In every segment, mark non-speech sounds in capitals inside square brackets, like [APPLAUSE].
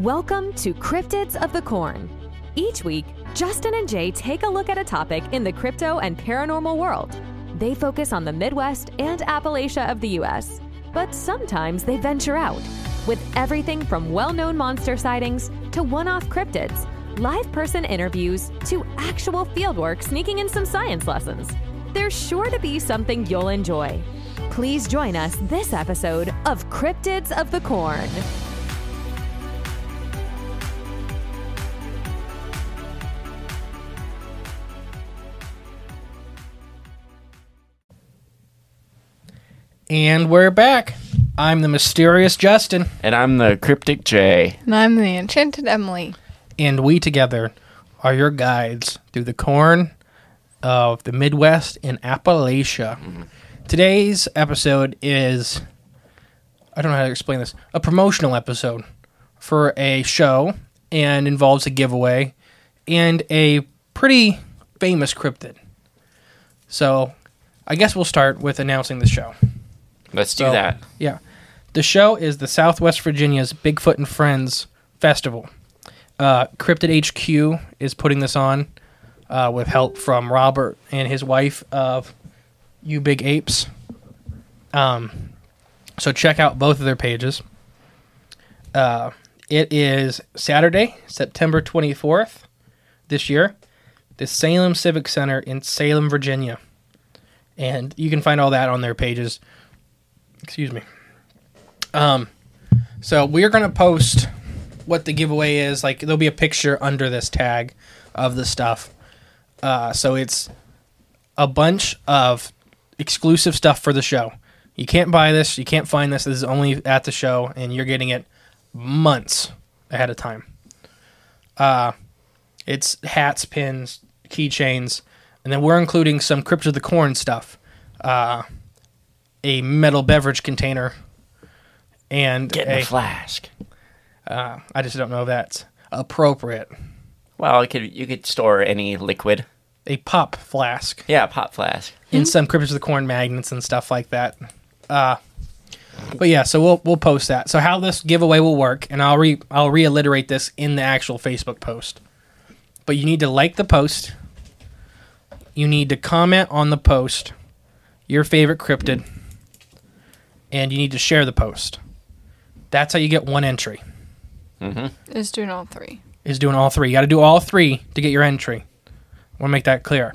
Welcome to Cryptids of the Corn. Each week, Justin and Jay take a look at a topic in the crypto and paranormal world. They focus on the Midwest and Appalachia of the U.S., but sometimes they venture out with everything from well known monster sightings to one off cryptids, live person interviews to actual fieldwork sneaking in some science lessons. There's sure to be something you'll enjoy. Please join us this episode of Cryptids of the Corn. And we're back. I'm the mysterious Justin, And I'm the Cryptic J. And I'm the Enchanted Emily. and we together are your guides through the corn of the Midwest and Appalachia. Mm-hmm. Today's episode is I don't know how to explain this a promotional episode for a show and involves a giveaway and a pretty famous cryptid. So I guess we'll start with announcing the show. Let's do So, that. Yeah. The show is the Southwest Virginia's Bigfoot and Friends Festival. Uh, Cryptid HQ is putting this on uh, with help from Robert and his wife of You Big Apes. Um, so check out both of their pages. Uh, it is Saturday, September 24th this year, the Salem Civic Center in Salem, Virginia. And you can find all that on their pages excuse me. Um, so we're gonna post what the giveaway is. Like there'll be a picture under this tag of the stuff. Uh, so it's a bunch of exclusive stuff for the show. You can't buy this. You can't find this. This is only at the show, and you're getting it months ahead of time. Uh, it's hats, pins, keychains, and then we're including some Crypt of the Corn stuff. Uh, a metal beverage container and Get in a, the flask. uh, I just don't know if that's appropriate. Well, it could you could store any liquid. A pop flask Yeah, pop flask. and some Cryptids of the Corn magnets and stuff like that. Uh, but yeah, so we'll we'll post that. So how this giveaway will work, and I'll re I'll reiterate this in the actual Facebook post. But you need to like the post. You need to comment on the post, your favorite cryptid, and you need to share the post. That's how you get one entry. Is doing all three. is doing all three. You got to do all three to get your entry. I want to make that clear.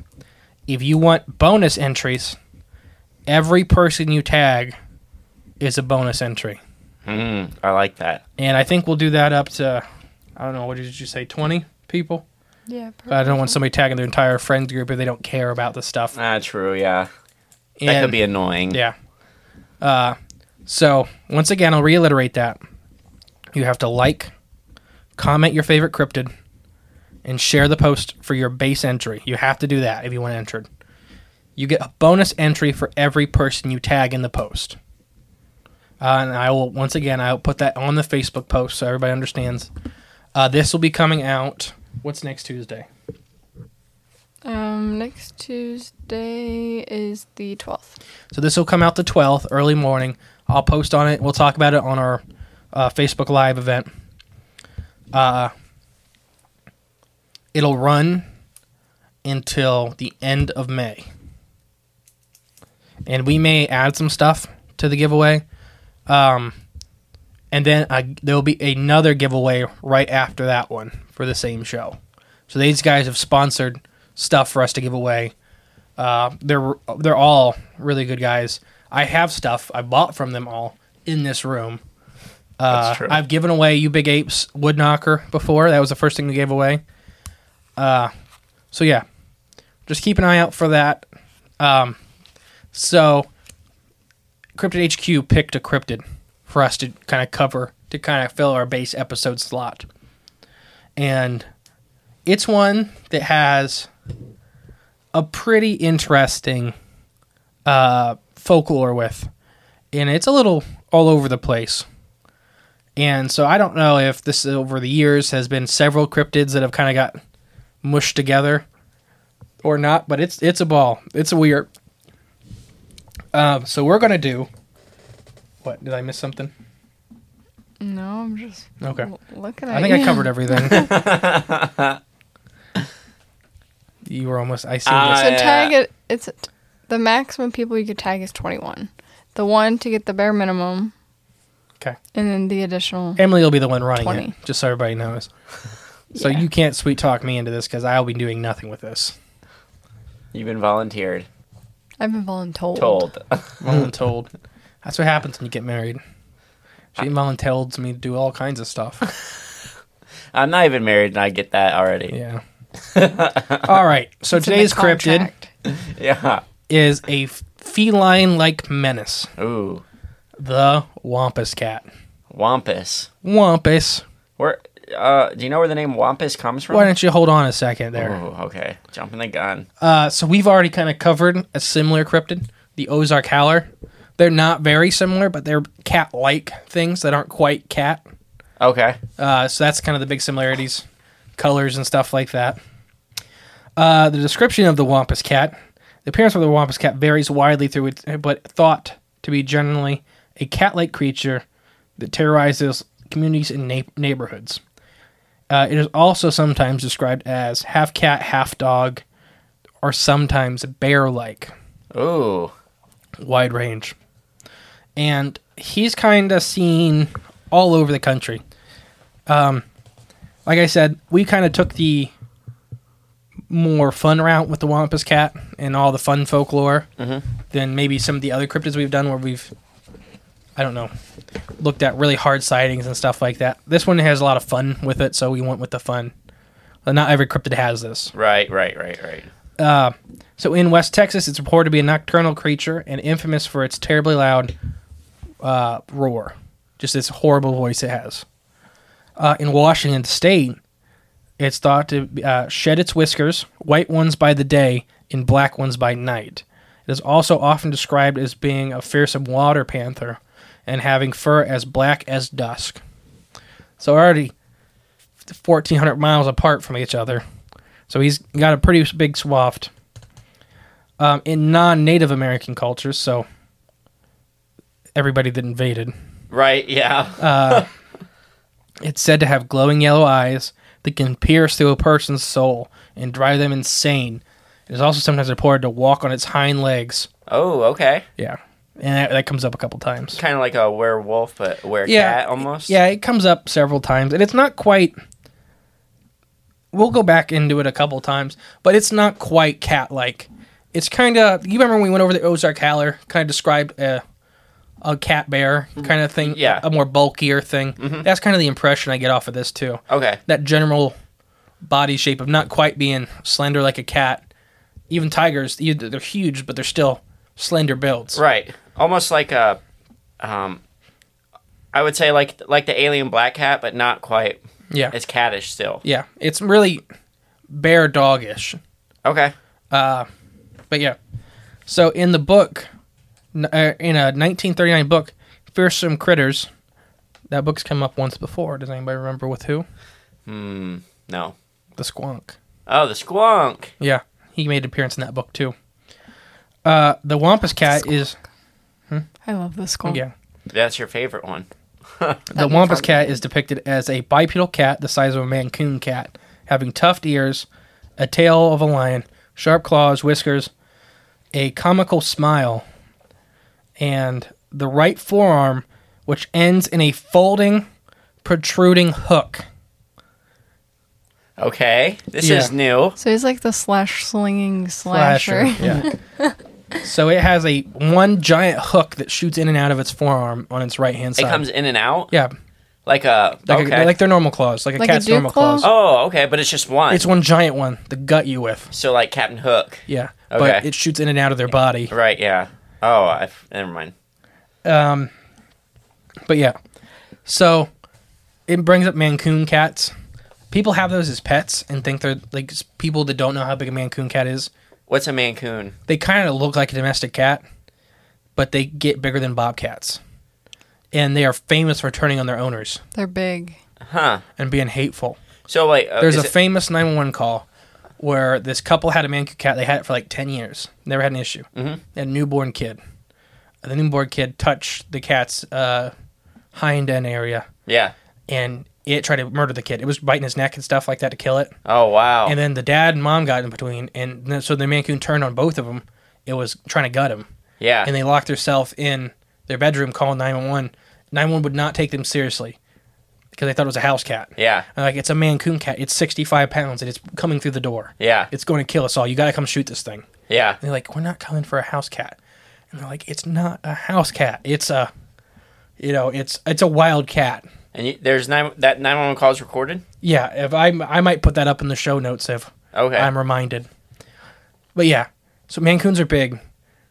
If you want bonus entries, every person you tag is a bonus entry. Mm, I like that. And I think we'll do that up to, I don't know, what did you say, 20 people? Yeah. I don't want somebody tagging their entire friends group if they don't care about the stuff. Ah, true. Yeah, and, that could be annoying. Yeah. Uh, so, once again, I'll reiterate that. You have to like, comment your favorite cryptid, and share the post for your base entry. You have to do that if you want entered. You get a bonus entry for every person you tag in the post. Uh, and I will, once again, I'll put that on the Facebook post so everybody understands. Uh, this will be coming out, what's next Tuesday? Um, next Tuesday is the 12th. So this will come out the 12th, early morning. I'll post on it. We'll talk about it on our uh, Facebook Live event. Uh, it'll run until the end of May. And we may add some stuff to the giveaway. Um, and then I, there'll be another giveaway right after that one for the same show. So these guys have sponsored stuff for us to give away. Uh, they're they're all really good guys. I have stuff I bought from them all in this room. Uh, That's true. I've given away you big apes wood knocker before. That was the first thing we gave away. Uh, so yeah, just keep an eye out for that. Um, so Cryptid HQ picked a cryptid for us to kind of cover to kind of fill our base episode slot, and it's one that has a pretty interesting uh, folklore with, and it's a little all over the place. And so I don't know if this over the years has been several cryptids that have kind of got mushed together or not, but it's it's a ball. It's weird. Um, so we're gonna do. What did I miss something? No, I'm just Okay. l- looking at I think I you. covered everything. you were almost. I see. Uh, this. So Yeah. tag it. It's the maximum people you could tag is 21. The one to get the bare minimum, Okay. and then the additional. Emily will be the one running 20. it, just so everybody knows. So Yeah. you can't sweet talk me into this because I'll be doing nothing with this. You've been volunteered. I've been voluntold. Told. [LAUGHS] [LAUGHS] Voluntold. That's what happens when you get married. She voluntold me to do all kinds of stuff. I'm not even married, and I get that already. Yeah. all right. So It's in the today's cryptid contract. [LAUGHS] Yeah. is a feline like menace Ooh, the Wampus Cat. Wampus. Wampus. Where? Uh, do you know where the name Wampus comes from? Why don't you hold on a second there? Ooh, okay. Jumping the gun. Uh, so we've already kind of covered a similar cryptid, the Ozark howler. They're not very similar, but they're cat-like things that aren't quite cat. Okay. Uh, so that's kind of the big similarities, colors and stuff like that. Uh, the description of the Wampus cat. The appearance of the Wampus cat varies widely through its, but thought to be generally a cat-like creature that terrorizes communities and na- neighborhoods. Uh, it is also sometimes described as half cat, half dog, or sometimes bear-like Ooh. wide range. And he's kind of seen all over the country. Um, like I said, we kind of took the more fun route with the Wampus Cat and all the fun folklore than maybe some of the other cryptids we've done where we've, I don't know, looked at really hard sightings and stuff like that. This one has a lot of fun with it, so we went with the fun. But not every cryptid has this. Right. Right. Right. Right. So in West Texas, it's reported to be a nocturnal creature and infamous for its terribly loud uh, roar, just this horrible voice it has. Uh, in Washington State, it's thought to uh, shed its whiskers, white ones by the day and black ones by night. It is also often described as being a fearsome water panther and having fur as black as dusk. So already 1,400 miles apart from each other. So he's got a pretty big swath um, in non-Native American cultures, so everybody that invaded. Right. Yeah. It's said to have glowing yellow eyes that can pierce through a person's soul and drive them insane. It is also sometimes reported to walk on its hind legs. oh. Okay. Yeah, and that, that comes up a couple times. Kind of like a werewolf, but were Yeah, cat almost. Yeah, it comes up several times, and it's not quite. We'll go back into it a couple times, but it's not quite cat-like. It's kind of you remember when we went over the Ozark Howler, kind of described a a cat bear kind of thing, Mm-hmm. Yeah. Mm-hmm. a more bulkier thing. That's kind of the impression I get off of this too. Okay. That general body shape of not quite being slender like a cat. Even tigers, you- they're huge, but they're still slender builds. Right. Almost like a, um, I would say like like the alien black cat, but not quite. Yeah. It's cattish still. yeah, it's really bear dogish. Okay. But yeah, so in the book, n- uh, in a 1939 book, Fearsome Critters, that book's come up once before. Does anybody remember with who? No. The Squonk. Oh, the squonk. Yeah, he made an appearance in that book too. Uh, the Wampus Cat is I love this school. yeah. That's your favorite one. The Wampus Cat is depicted as a bipedal cat the size of a Mancoon cat, having tufted ears, a tail of a lion, sharp claws, whiskers, a comical smile, and the right forearm which ends in a folding, protruding hook. Okay, this Yeah. is new. So he's like the slash slinging slasher. Flasher. Yeah. so it has a one giant hook that shoots in and out of its forearm on its right hand It side. comes in and out. yeah, Like a like okay. a, like their normal claws, like a Like a cat's deer normal claw? claws. oh, okay, but it's just one. It's one giant one that gut you with. so like Captain Hook. Yeah, but Okay. it shoots in and out of their body. Right. Yeah. Oh, I f- never mind. But yeah, so it brings up Mancoon cats. People have those as pets and think they're like s- people that don't know how big a Mancoon cat is. What's a Mancoon? They kind of look like a domestic cat, but they get bigger than bobcats, and they are famous for turning on their owners [LAUGHS] They're big. Huh? and being hateful. So like, uh, There's is a it- famous 911 call where this couple had a Mancoon cat. They had it for like 10 years. Never had an issue. Mm-hmm. They had a newborn kid. The newborn kid touched the cat's uh, hind end area, yeah. and it tried to murder the kid. It was biting his neck and stuff like that to kill it. Oh wow. And then the dad and mom got in between, and then, so the Mancoon turned on both of them. It was trying to gut him, yeah. and they locked themselves in their bedroom, calling 911. 911 would not take them seriously because they thought it was a house cat. yeah. And, Like it's a Mancoon cat. It's 65 pounds and it's coming through the door. Yeah. It's going to kill us all. You got to come shoot this thing. And Yeah. they're like, we're not coming for a house cat. And they're like, it's not a house cat. It's a, you know, it's it's a wild cat. And you, there's nine that nine one one call is recorded. Yeah. If I I might put that up in the show notes if Okay. I'm reminded. But yeah, so Mancoons are big.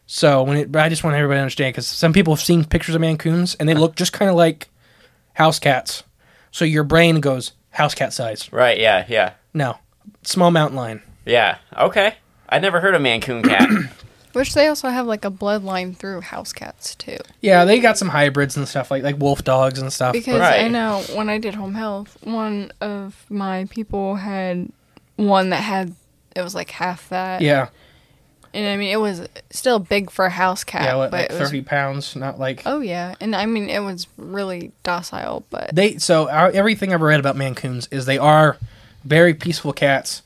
So when it, but I just want everybody to understand because some people have seen pictures of Mancoons and they look just kind of like house cats. So your brain goes house cat size. Right. Yeah. Yeah. No, small mountain lion. Yeah. Okay. I never heard of Mancoon cat. [CLEARS THROAT] Which they also have like a bloodline through house cats too. Yeah, they got some hybrids and stuff like like wolf dogs and stuff. Because I Right. know when I did home health, one of my people had one that had it was like half that. yeah, And I mean it was still big for a house cat. yeah, what, but like it was, thirty pounds, not like Oh yeah. And I mean it was really docile, but they. So our, everything I've read about mancoons is they are very peaceful cats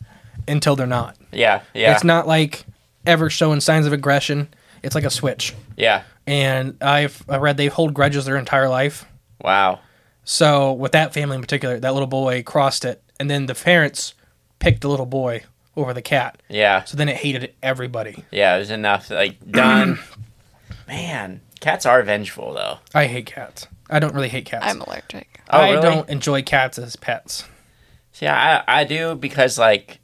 until they're not. yeah. Yeah. It's not like ever showing signs of aggression. It's like a switch. Yeah. And I've I read they hold grudges their entire life. Wow. So with that family in particular, that little boy crossed it, and then the parents picked the little boy over the cat. Yeah. So then it hated everybody. Yeah. It was [CLEARS THROAT] enough. Like done. Man, cats are vengeful though. I hate cats. I don't really hate cats. I'm allergic. Oh, I really? don't enjoy cats as pets. Yeah, I, I do because like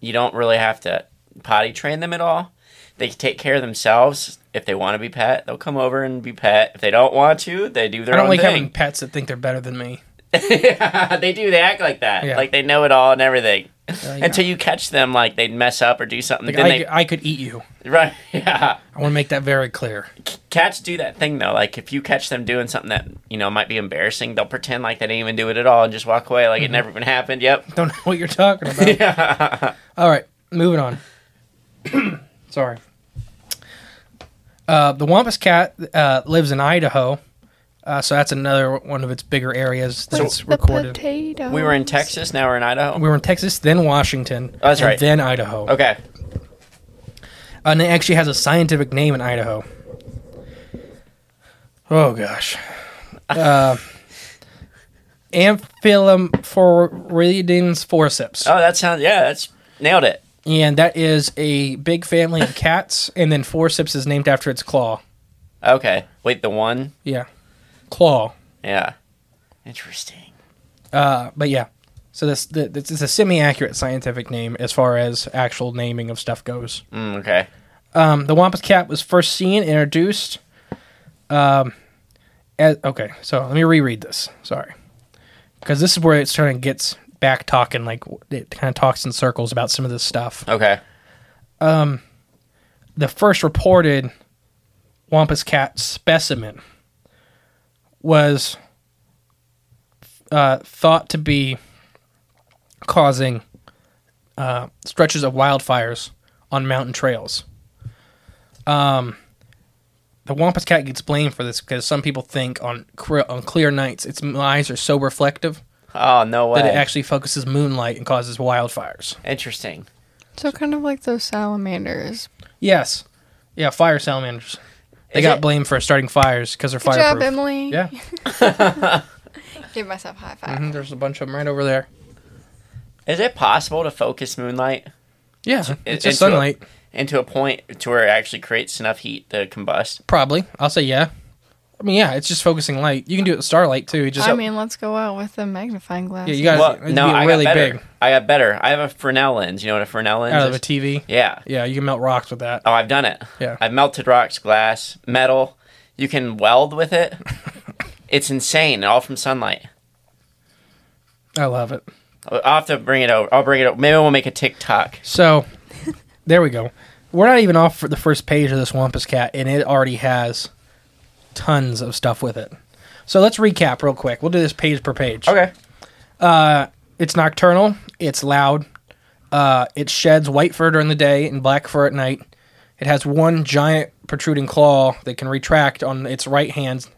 you don't really have to potty train them at all. They can take care of themselves. If they want to be pet, they'll come over and be pet. If they don't want to, they do their I don't own like having thing. pets that think they're better than me. [LAUGHS] they do. They act like that. Yeah. Like they know it all and everything. yeah. Until you catch them, like they mess up or do something. Like then I, they I could eat you. [LAUGHS] right. Yeah. I want to make that very clear. [LAUGHS] Cats do that thing though. Like if you catch them doing something that you know might be embarrassing, they'll pretend like they didn't even do it at all and just walk away Mm-hmm. like it never even happened. Yep. Don't know what you're talking [LAUGHS] about. All right, moving on. [COUGHS] Sorry. Uh, the Wampus cat uh, lives in Idaho, uh, so that's another one of its bigger areas that it's the recorded. potato. We were in Texas. Now we're in Idaho. we were in Texas, then Washington, Oh, that's and right. then Idaho. Okay. Uh, And it actually has a scientific name in Idaho. Oh gosh. Uh, Amphilophoridanes forceps. Oh, that sounds yeah. That's nailed it. And that is a big family of cats, and then forceps is named after its claw. Okay. Wait, the one? Yeah. Claw. Yeah. Interesting. But yeah. So this, th- this is a semi-accurate scientific name as far as actual naming of stuff goes. Mm, okay. Um, the Wampus Cat was first seen and introduced. Um, as, okay, so let me reread this. Sorry, because this is where it sort of gets back talking, like it kind of talks in circles about some of this stuff. Okay. The first reported Wampus Cat specimen was uh, thought to be causing uh, stretches of wildfires on mountain trails. Um, the Wampus Cat gets blamed for this because some people think on cre- on clear nights its eyes are so reflective Oh no way. that it actually focuses moonlight and causes wildfires. Interesting. So kind of like those salamanders. Yes, yeah, fire salamanders. They Is got it- blamed for starting fires because they're Good fireproof. job, Emily. Yeah, [LAUGHS] Give myself a high 5 mhm, there's a bunch of them right over there. Is it possible to focus moonlight Yeah, it's it's just into a- sunlight. into a point to where it actually creates enough heat to combust? Probably. I'll say yeah. I mean, yeah, it's just focusing light. You can do it with starlight too. You just I mean, let's go out with a magnifying glass. yeah, you got Well, to no, be I really got better. big Oh, I got better. I have a Fresnel lens. You know what a Fresnel lens out is? of a TV. yeah. Yeah, you can melt rocks with that. Oh, I've done it. Yeah. I've melted rocks, glass, metal. You can weld [LAUGHS] with it. it's insane, all from sunlight. I love it. I'll I'll have to bring it over. I'll bring it over. Maybe we'll make a TikTok. [LAUGHS] So, there we go. We're not even off for the first page of this Wampus Cat, and it already has tons of stuff with it. So let's recap real quick. We'll do this page per page. Okay. It's nocturnal. It's loud. Uh, it sheds white fur during the day and black fur at night. It has one giant protruding claw that can retract on its right hand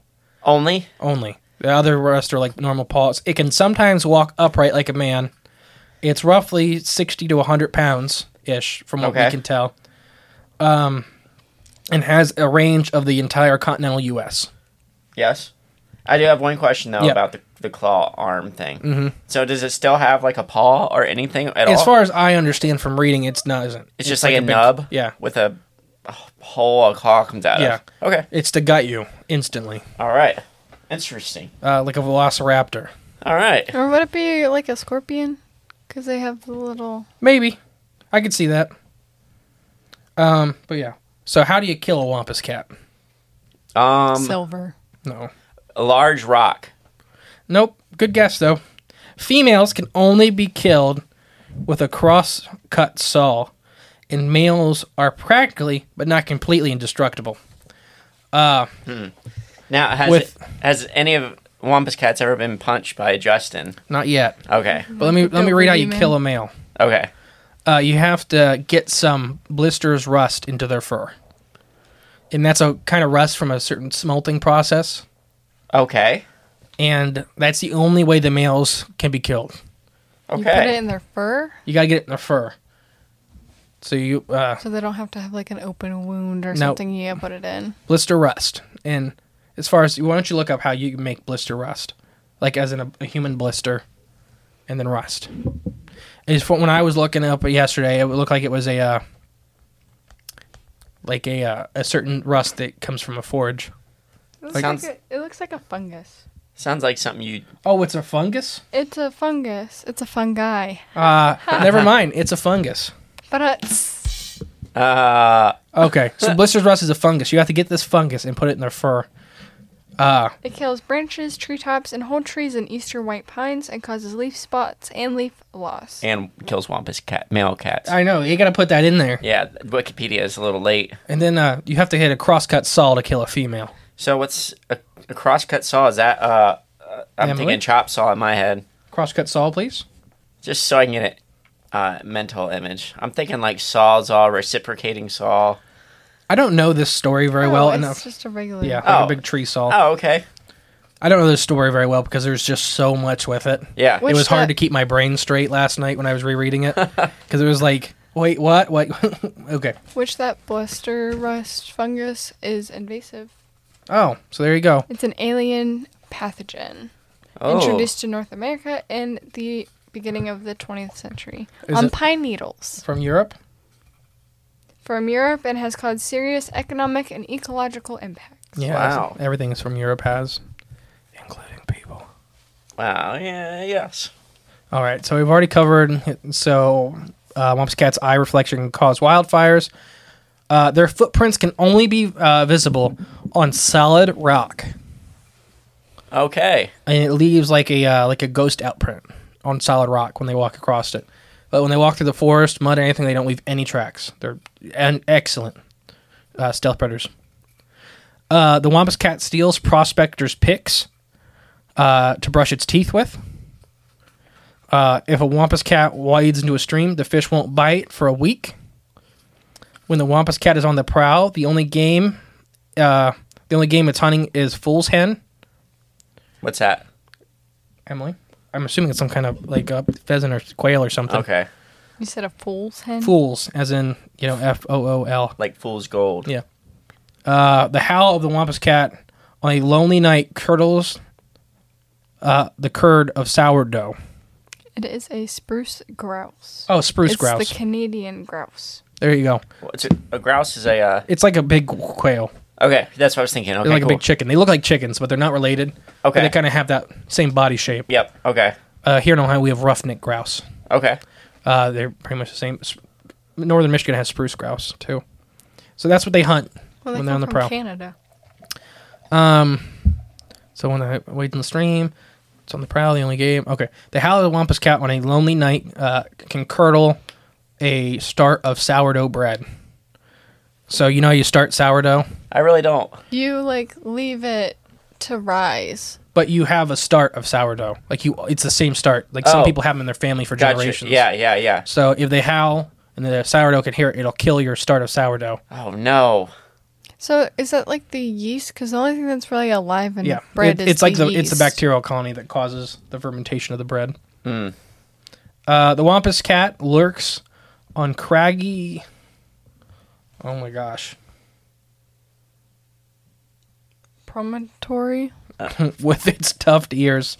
Only? only. The other rest are like normal paws. It can sometimes walk upright like a man. It's roughly sixty to hundred pounds ish, from what we Okay. can tell. Um, and has a range of the entire continental U.S. Yes. I do have one question, though, Yeah. about the, the claw arm thing. Mm-hmm. So, does it still have like a paw or anything at all? As far as I understand from reading, it's not. Isn't it's, just like, a, big- nub yeah, with a hole a claw comes out Yeah. of. Okay. it's to gut you instantly, All right. Interesting. uh, like a velociraptor. All right. Or would it be like a scorpion? Because they have the little. Maybe. I could see that. Um, but yeah. So how do you kill a wampus cat? Um, Silver. No. a large rock. Nope. Good guess though. Females can only be killed with a cross cut saw, and males are practically but not completely indestructible. Now, has With- it, has any of Wampus Cats ever been punched by Justin? Not yet. Okay, But let me let me Don't read how you believe him. kill a male. okay. Uh, you have to get some blisters rust into their fur. And that's a kind of rust from a certain smelting process. Okay. And that's the only way the males can be killed. You put it Okay. in their fur You gotta get it in the fur. So you uh, so they don't have to have like an open wound or No. something. You gotta put it in. blister rust, and as far as why don't you look up how you make blister rust, like as in a, a human blister, and then rust. Is when I was looking up yesterday, it would look like it was a uh, like a uh, a certain rust that comes from a forge. It looks, Like- like Sounds- a, it looks like a fungus. Sounds like something you. Oh, it's a fungus. It's a fungus. It's a fungi. Uh, never mind, it's a fungus. But it's. Uh, Okay, [LAUGHS] so blister rust is a fungus. You have to get this fungus and put it in their fur. It kills branches, treetops, and whole trees in eastern white pines and causes leaf spots and leaf loss. and kills Wampus Cat male cats. I know you got to put that in there, yeah, Wikipedia is a little late. and then uh, you have to hit a crosscut saw to kill a female. So what's a, a crosscut saw? Is that uh? uh, I'm Emily? thinking chop saw in my head, Crosscut saw, please. just so I can get a uh, mental image. I'm thinking like sawzall, reciprocating saw. I don't know this story very Oh, well it's enough. just a regular. yeah, like a Oh. big tree saw. Oh, okay. I don't know this story very well because there's just so much with it. Yeah. Which- it was hard that- to keep my brain straight last night when I was rereading [LAUGHS] it because it was like, wait, what? [LAUGHS] What? okay. Which that blister rust fungus is invasive. Oh, so there you go. It's an alien pathogen Oh. introduced to North America in the beginning of the 20th century Is on it- pine needles From Europe. from Europe and has caused serious economic and ecological impacts. Yeah. Wow. Everything's from Europe has, including people. Wow. Yeah. Yes. All right, so we've already covered. So, uh, Wampus Cat's eye reflection can cause wildfires. Uh, their footprints can only be uh, visible on solid rock, Okay. and it leaves like a uh, like a ghost outprint on solid rock when they walk across it. But when they walk through the forest, mud, or anything, they don't leave any tracks. They're an excellent uh, stealth predators. Uh, the Wampus Cat steals prospectors' picks uh, to brush its teeth with. Uh, if a Wampus Cat wades into a stream, the fish won't bite for a week. When the Wampus Cat is on the prowl, the only game, uh, the only game it's hunting is Fool's Hen. What's that? Emily, I'm assuming it's some kind of like a pheasant or quail or something. Okay. You said a fool's hen? Fools, as in you know F O O L. Like fool's gold. Yeah. Uh, the howl of the Wampus Cat on a lonely night curdles uh, the curd of sourdough. It is a spruce grouse. Oh, spruce it's grouse. the Canadian grouse. there you go. What's it? A grouse is a. Uh, It's like a big quail. okay, that's what I was thinking. Okay, They're like cool. a big chicken. They look like chickens, but they're not related. But Okay. they kind of have that same body shape. Yep. Okay. Uh, here in Ohio, we have roughneck grouse. Okay. Uh, they're pretty much the same. S- Northern Michigan has spruce grouse too, so that's what they hunt Well, they when come they're on the from prowl. Canada. So when I wait in the stream, it's on the prowl. The only game. Okay, the howl of the wampus cat on a lonely night uh, can curdle a start of sourdough bread. So you know how you start sourdough, I really don't. You like leave it to rise. but you have a start of sourdough. Like you, it's the same start. Like some Oh. people have them in their family for Gotcha. generations. Yeah. Yeah. Yeah. So if they howl and the sourdough can hear it, it'll kill your start of sourdough. Oh no. So is that like the yeast? Because the only thing that's really alive in yeah, bread It- is it's like the yeast. it's the bacterial colony that causes the fermentation of the bread. Uh, the wampus cat lurks on craggy. Oh my gosh! [LAUGHS] Promontory. With its tufted ears,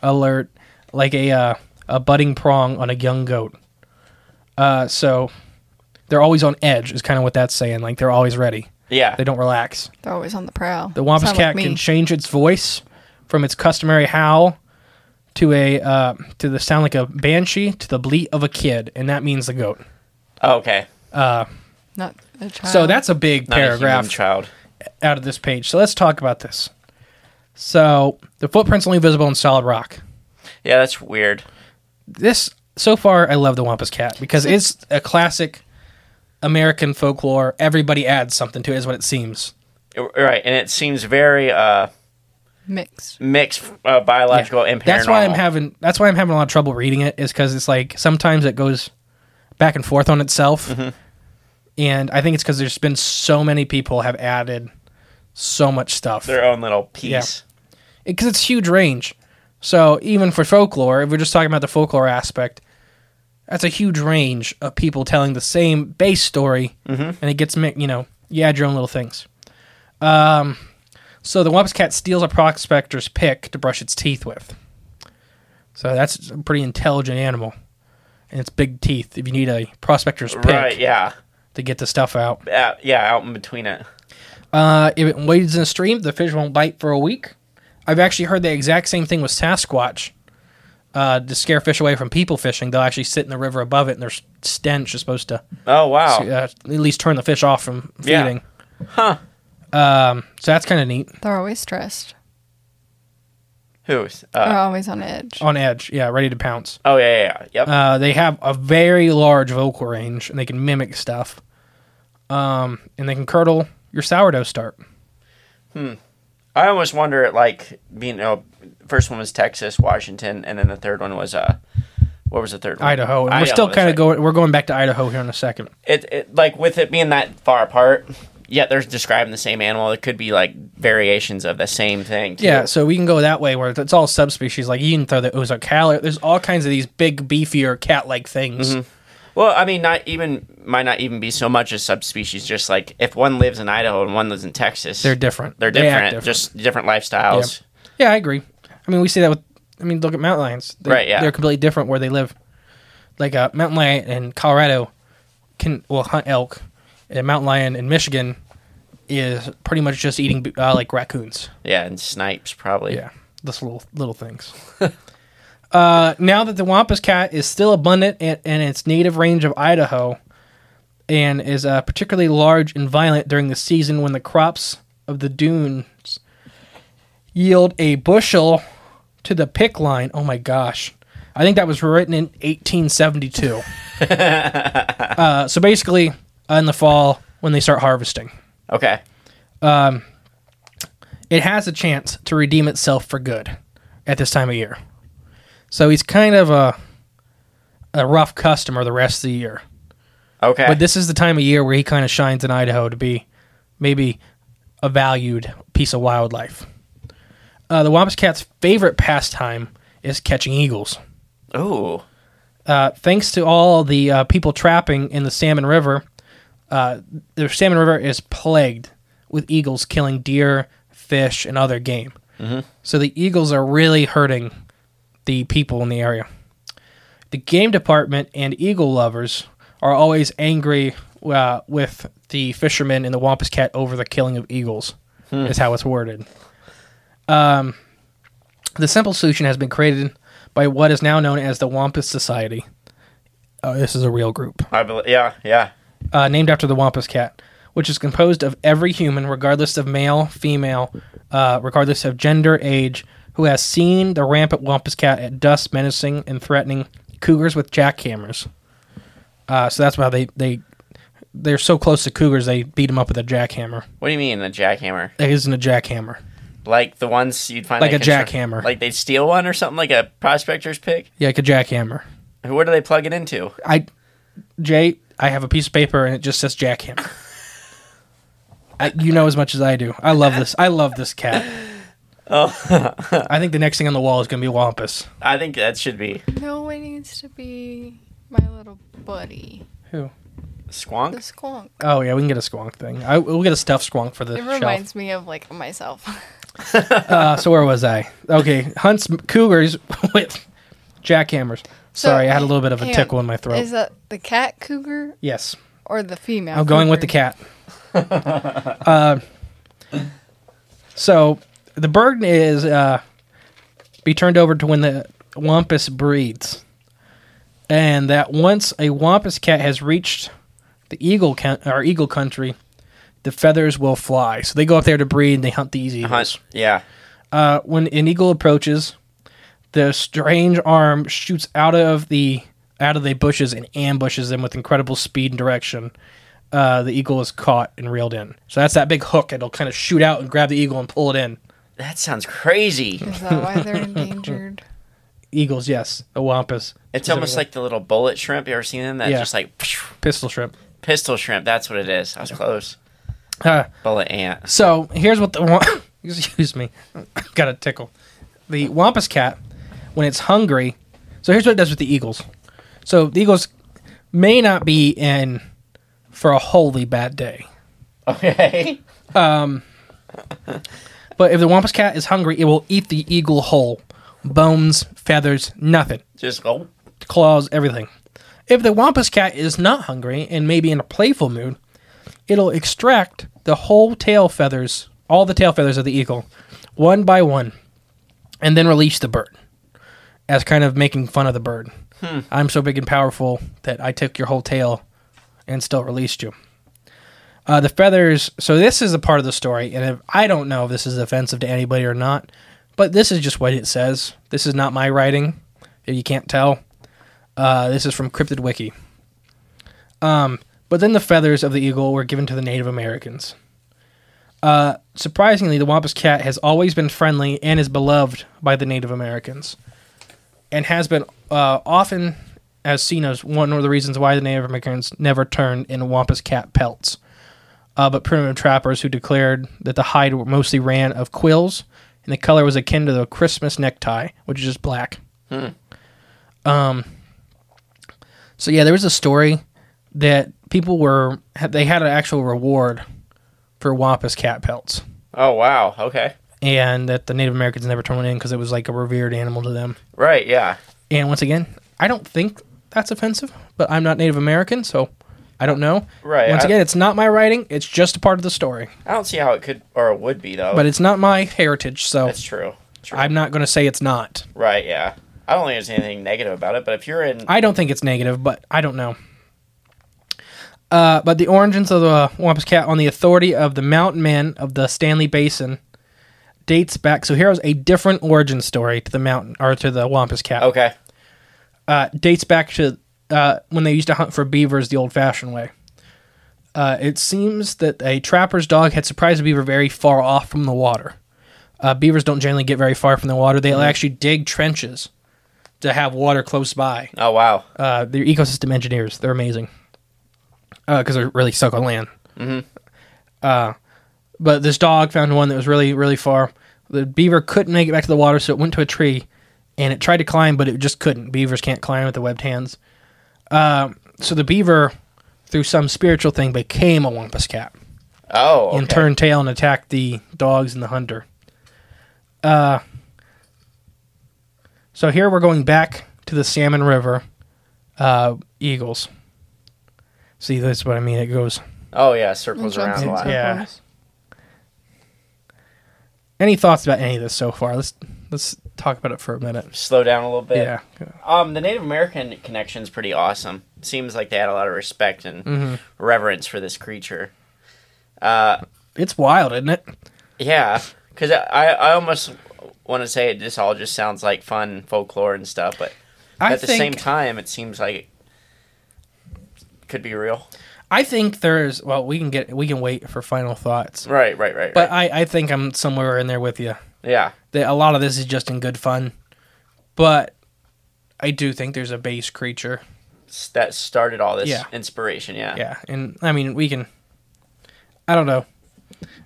alert like a uh, a budding prong on a young goat. Uh, so they're always on edge. Is kind of what that's saying. Like they're always ready. Yeah. They don't relax. They're always on the prowl. The Wampus Sound Cat like can me. change its voice from its customary howl to a uh, to the sound like a banshee to the bleat of a kid, and that means the goat. okay. Not a child. So that's a big Not a human paragraph child. out of this page. So let's talk about this. So the footprints only visible in solid rock. Yeah, that's weird. This so far, I love the Wampus Cat because it's a classic American folklore. Everybody adds something to it, is what it seems. Right, and it seems very uh, mixed. mixed uh, biological and paranormal. That's why I'm having that's why I'm having a lot of trouble reading it is because it's like sometimes it goes back and forth on itself, Mm-hmm. and I think it's because there's been so many people have added so much stuff their own little piece. because it's huge range. So even for folklore, if we're just talking about the folklore aspect, that's a huge range of people telling the same base story, Mm-hmm. and it gets mi- you know you add your own little things. Um, so the Wampus Cat steals a prospector's pick to brush its teeth with. So that's a pretty intelligent animal, and it's big teeth. If you need a prospector's pick Right, yeah. to get the stuff out, Uh, yeah, out in between it. uh, if it wades in a stream, the fish won't bite for a week. I've actually heard the exact same thing with Sasquatch. Uh, to scare fish away from people fishing, they'll actually sit in the river above it, and their s- stench is supposed to Oh, wow. uh, at least turn the fish off from Yeah. feeding. Huh. Um, so that's kind of neat. They're always stressed. Who's? They're Uh, always on edge. On edge, yeah, ready to pounce. oh, yeah, yeah, yeah. Yep. Uh, they have a very large vocal range, and they can mimic stuff. Um, and they can curdle your sourdough start. I almost wonder, like, being, oh, first one was Texas, Washington, and then the third one was, uh, what was the third one? Idaho, and we're Idaho, still that's kind of right. going. We're going back to Idaho here in a second. It, it, like, with it being that far apart, yet they're describing the same animal. It could be, like, variations of the same thing. too. Yeah, so we can go that way where it's all subspecies. Like you can throw the Ozacala. There's all kinds of these big, beefier cat-like things. Mm-hmm. Well, I mean, not even, might not even be so much as subspecies, just like if one lives in Idaho and one lives in Texas, They're different. They're They different, act different. just different lifestyles. Yeah, I agree. I mean, we see that with. I mean, look at mountain lions. They, Right, yeah. They're completely different where they live. Like a mountain lion in Colorado can will hunt elk. And a mountain lion in Michigan is pretty much just eating uh, like raccoons. Yeah, and snipes probably. Yeah, just little little things. [LAUGHS] uh, now that the Wampus cat is still abundant in, in its native range of Idaho, and is uh, particularly large and violent during the season when the crops of the dunes yield a bushel to the pick line. Oh my gosh. I think that was written in 1872. uh, so basically, in the fall when they start harvesting, Okay. it has a chance to redeem itself for good at this time of year. So he's kind of a a rough customer the rest of the year. Okay. But this is the time of year where he kind of shines in Idaho to be maybe a valued piece of wildlife. Uh, the Wampus Cat's favorite pastime is catching eagles. Ooh. Uh, thanks to all the uh, people trapping in the Salmon River, uh, the Salmon River is plagued with eagles killing deer, fish, and other game. So the eagles are really hurting the people in the area. The game department and eagle lovers are always angry uh, with the fishermen and the wampus cat over the killing of eagles, is how it's worded. Um, the simple solution has been created by what is now known as the Wampus Society. Oh, this is a real group I believe. Yeah, yeah. uh, named after the Wampus Cat, which is composed of every human, regardless of male, female, uh, regardless of gender, age, who has seen the rampant Wampus Cat at dusk menacing and threatening cougars with jackhammers. Uh, so that's why they, they they're so close to cougars they beat them up with a jackhammer. What do you mean a jackhammer? It isn't a jackhammer. Like the ones you'd find Like at a jackhammer. Like they'd steal one or something, like a prospector's pick. Yeah, like a jackhammer. Where do they plug it into? I Jay, I have a piece of paper and it just says jackhammer. I, you know as much as I do. I love this. I love this cat. Oh. I think the next thing on the wall is going to be Wampus. I think that should be No, it needs to be my little buddy, Who? the squonk. squonk. Oh yeah, we can get a squonk thing. I, we'll get a stuffed squonk for the It shelf. reminds me of like myself. [LAUGHS] Uh, so where was I? Okay, hunts cougars [LAUGHS] with jackhammers. So, Sorry, I had a little bit of a hang on. tickle in my throat. Is that the cat cougar yes. or the female? I'm going with the cougar? cat. uh, so the burden is uh, be turned over to when the wampus breeds, and that once a wampus cat has reached the eagle coun- or eagle country, the feathers will fly. So they go up there to breed and they hunt these eagles. Hunt. Yeah. Uh, when an eagle approaches, the strange arm shoots out of the out of the bushes and ambushes them with incredible speed and direction. Uh, the eagle is caught and reeled in. So that's that big hook. It'll kind of shoot out and grab the eagle and pull it in. That sounds crazy. Hmm. Is that why [LAUGHS] they're endangered? Eagles, yes, the wampus, It's almost like the little bullet shrimp. You ever seen them? That's Yeah. just like [LAUGHS] pistol shrimp. pistol shrimp. That's what it is. I was close. Uh, Bullet ant. [LAUGHS] So here's what the wa- [COUGHS] excuse me, [COUGHS] got a tickle. The wampus cat, when it's hungry, so here's what it does with the eagles. So the eagles may not be in for a wholly bad day, Okay. but if the wampus cat is hungry, it will eat the eagle whole, bones, feathers, nothing, Just oh, go. claws, everything. If the wampus cat is not hungry and maybe in a playful mood, it'll extract the whole tail feathers, all the tail feathers of the eagle, one by one, and then release the bird as kind of making fun of the bird. I'm so big and powerful that I took your whole tail and still released you. Uh, the feathers. So this is a part of the story, and if, I don't know if this is offensive to anybody or not, but this is just what it says. This is not my writing. If you can't tell, uh, this is from Cryptid Wiki. Um, but then the feathers of the eagle were given to the Native Americans. Uh, surprisingly, the Wampus Cat has always been friendly and is beloved by the Native Americans, and has been uh, often as seen as one of the reasons why the Native Americans never turned in Wampus Cat pelts. Uh, but primitive trappers who declared that the hide mostly ran of quills, and the color was akin to the Christmas necktie, which is just black. So yeah, there was a story that people were had- they had an actual reward for wampus cat pelts, Oh wow. Okay. and that the Native Americans never turned one in because it was like a revered animal to them. Right. Yeah. And once again, I don't think that's offensive, but I'm not Native American, so I don't know. Right, Once I- again, it's not my writing; it's just a part of the story. I don't see how it could or it would be though. But it's not my heritage, so that's true. True. I'm not going to say it's not. Right. Yeah. I don't think there's anything negative about it. But if you're in, I don't think it's negative, but I don't know. Uh, but the origins of the Wampus Cat on the authority of the mountain men of the Stanley Basin dates back. So here's a different origin story to the mountain or to the Wampus Cat. okay. Uh, dates back to uh, when they used to hunt for beavers the old-fashioned way. Uh, it seems that a trapper's dog had surprised a beaver very far off from the water. Uh, beavers don't generally get very far from the water. They'll actually dig trenches to have water close by Oh wow. uh, they're ecosystem engineers. They're amazing because they're really stuck on land. Mm-hmm. Uh, but this dog found one that was really, really far. The beaver couldn't make it back to the water, so it went to a tree, and it tried to climb, but it just couldn't. Beavers can't climb with the webbed hands. Uh, so the beaver, through some spiritual thing, became a wampus cat. Oh, okay. and turn tail and attack the dogs and the hunter. Uh, so here we're going back to the Salmon River uh, Eagles. See, that's what I mean. It goes Oh yeah, circles Jumps around a in lot. circles. Yeah. Any thoughts about any of this so far? Let's let's talk about it for a minute. Slow down a little bit. Yeah. Um, the Native American connection's pretty awesome. Seems like they had a lot of respect and Mm-hmm. reverence for this creature. It's wild, isn't it? Yeah, because I, I almost want to say this all just sounds like fun folklore and stuff, but I at the think- same time, it seems like it could be real. I think there's well, we can get we can wait for final thoughts. Right, right, right. But right. I I think I'm somewhere in there with you. yeah, That a lot of this is just in good fun. But I do think there's a base creature. s- that started all this Yeah. inspiration. Yeah. Yeah, and I mean, we can I don't know.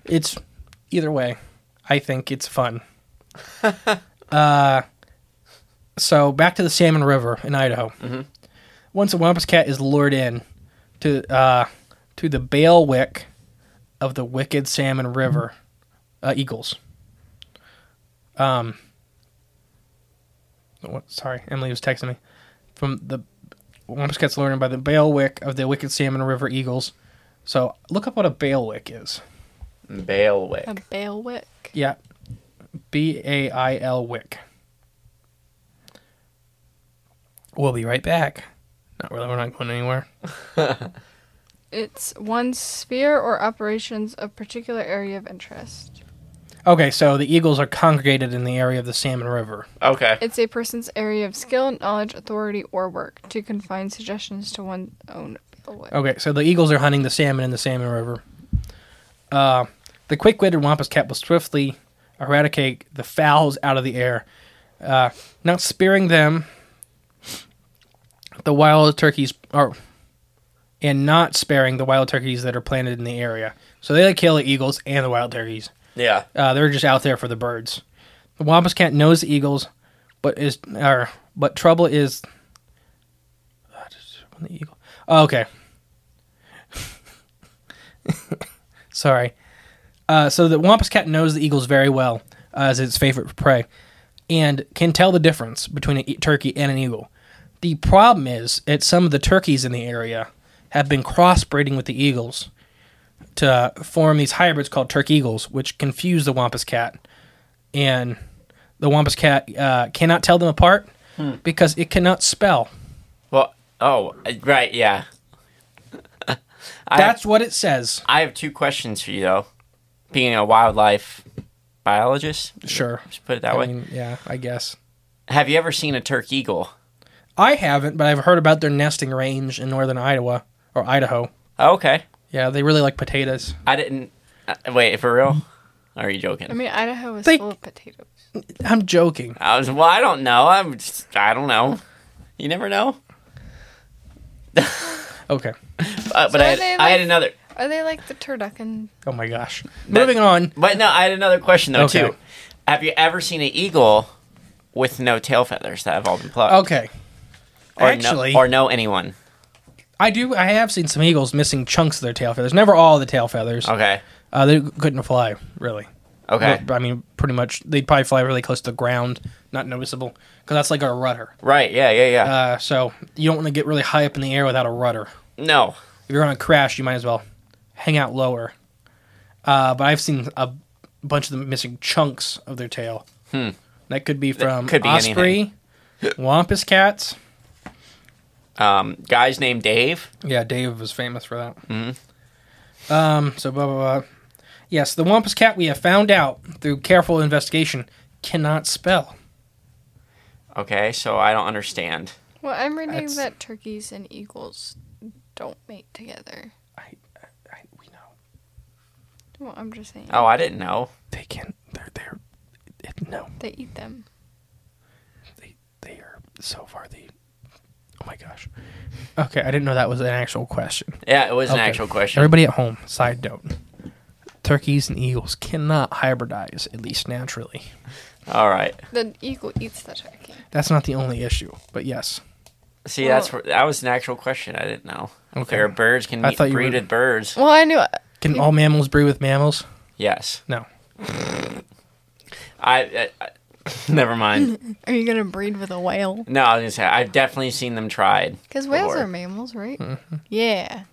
It's either way, I think it's fun. uh so back to the Salmon River in Idaho. Once a Wampus cat is lured in to uh to the bailiwick of the wicked Salmon River uh, Eagles. Um what, sorry, Emily was texting me. From the Wampus cat's lured in by the bailiwick of the wicked Salmon River Eagles. So look up what a bailiwick is. Bailiwick. A bailiwick. Yeah. B A I L Wick. We'll be right back. Not really, we're not going anywhere. It's one sphere or operations of particular area of interest. Okay, so the eagles are congregated in the area of the Salmon River. Okay. It's a person's area of skill, knowledge, authority, or work. To confine suggestions to one's own bailiwick. Okay, so the eagles are hunting the salmon in the Salmon River. Uh, the quick witted Wampus Cat will swiftly eradicate the fowls out of the air. Uh, not spearing them, the wild turkeys are. And not sparing the wild turkeys that are planted in the area. So they like kill the eagles and the wild turkeys. Yeah. Uh, they're just out there for the birds. The Wampus Cat knows the eagles, but is or but trouble is. Ah, just when the eagle. Oh, okay. [LAUGHS] Sorry. Uh, so the Wampus Cat knows the eagles very well uh, as its favorite prey, and can tell the difference between a e- turkey and an eagle. The problem is that some of the turkeys in the area have been crossbreeding with the eagles to form these hybrids called Turk Eagles, which confuse the Wampus Cat. And the Wampus Cat uh, cannot tell them apart Hmm. because it cannot spell. Well. Oh. Right. Yeah. I- That's what it says. I have two questions for you though. Being a wildlife biologist, Sure. just put it that I way. mean, yeah, I guess. have you ever seen a turk eagle? I haven't, but I've heard about their nesting range in northern Iowa or Idaho. Oh, Okay, Yeah, they really like potatoes. I didn't. Uh, wait, [LAUGHS] for real? Are you joking? I mean, Idaho is They- full of potatoes. I'm joking. I was. Well, I don't know. I'm. Just, I don't know. You never know. Okay. Uh, but So I are had, they I had like- another. Are they like the turducken? Oh my gosh. Moving on. But no, I had another question though Okay. too. Have you ever seen an eagle with no tail feathers that have all been plucked? Okay. Or Actually, no, or know anyone? I do. I have seen some eagles missing chunks of their tail feathers. Never all of the tail feathers. Okay. Uh, they couldn't fly, really. Okay. But, I mean, pretty much, they'd probably fly really close to the ground, not noticeable, because that's like a rudder. Right. Yeah. Yeah. Yeah. Uh, so you don't want to get really high up in the air without a rudder. no. If you're going to crash, you might as well hang out lower. Uh, but I've seen a bunch of them missing chunks of their tail. Hmm. That could be from could be osprey, wampus cats. Um, guy's named Dave. Yeah, Dave was famous for that. Mm-hmm. Mm-hmm. Um, so blah blah blah. Yes, the Wampus cat we have found out through careful investigation cannot spell. Okay, so I don't understand. Well, I'm reading That's- that turkeys and eagles don't mate together. I, we know Well, I'm just saying Oh, I didn't know. they can. They're they're it, no. they eat them. They they are so far the. Oh my gosh. Okay, I didn't know that was an actual question. Yeah, it was an Okay. actual question. Everybody at home, side note: turkeys and eagles cannot hybridize, at least naturally. All right. The eagle eats the turkey. That's not the only issue, but yes. See, that's where, that was an actual question. I didn't know. Okay. There are birds can I meet, thought you breed were- with birds. Well, I knew Can all mammals breed with mammals? Yes. No. I, I, [LAUGHS] I never mind. Are you gonna breed with a whale? No, I was gonna say I've definitely seen them tried. Because whales Or- are mammals, right? Mm-hmm. Yeah,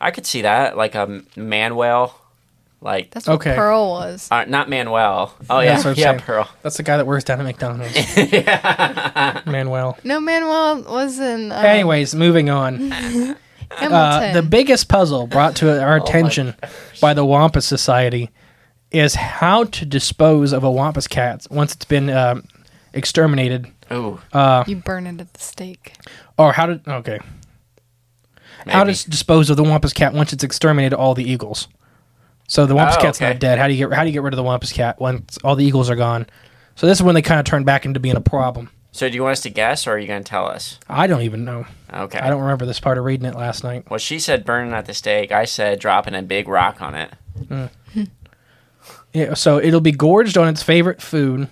I could see that, like a m- man whale, like that's what Okay. Pearl was. uh, not Manuel. Oh yeah, That's what I'm yeah, saying. Pearl. That's the guy that works down at [LAUGHS] McDonald's. Manuel. No, Manuel was in. Uh, Anyways, moving on. Uh, Hamilton. the biggest puzzle brought to [LAUGHS] Oh our attention by the Wampus Society is how to dispose of a Wampus cat once it's been um exterminated, Ooh, Uh, you burn it at the stake. or how to okay how to maybe. s- dispose of the Wampus cat once it's exterminated all the eagles. So the Wampus Oh, cat's okay. not dead. How do you get how do you get rid of the Wampus cat once all the eagles are gone? So this is when they kind of turn back into being a problem. So do you want us to guess, or are you gonna tell us? I don't even know. Okay. I don't remember this part of reading it last night. Well, she said burning at the stake. I said dropping a big rock on it. Yeah, so it'll be gorged on its favorite food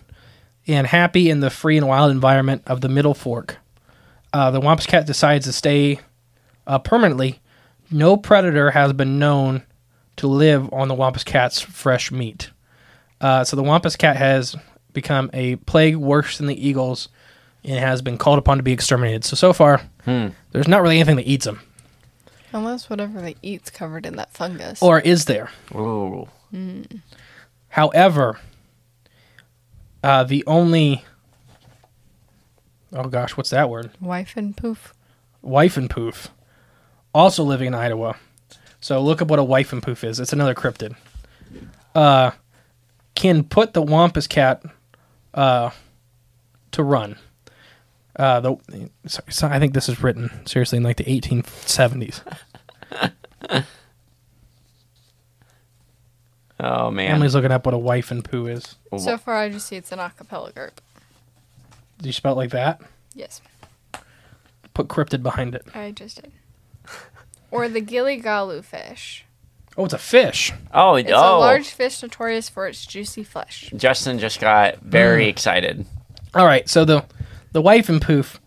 and happy in the free and wild environment of the Middle Fork. Uh, the Wampus Cat decides to stay uh, permanently. No predator has been known to live on the Wampus Cat's fresh meat. Uh, so the Wampus Cat has become a plague worse than the eagles and has been called upon to be exterminated. So, so far, there's not really anything that eats them. Unless whatever they eat's covered in that fungus. Or is there? Ooh. However, uh, the only oh gosh, what's that word? wife and poof. Wife and poof, also living in Idaho. So look up what a wife and poof is. It's another cryptid. Uh, can put the wampus cat uh, to run. Uh, the so, so I think this is written seriously in like the 1870s. Oh man. Emily's looking up what a wife and poo is. So far, I just see it's an acapella group. Do you spell it like that? Yes, Put cryptid behind it. I just did. or the gilligalu fish. Oh, it's a fish. oh, It's a oh. large fish notorious for its juicy flesh. Justin just got very Mm. excited. All right, so the the wife and Poof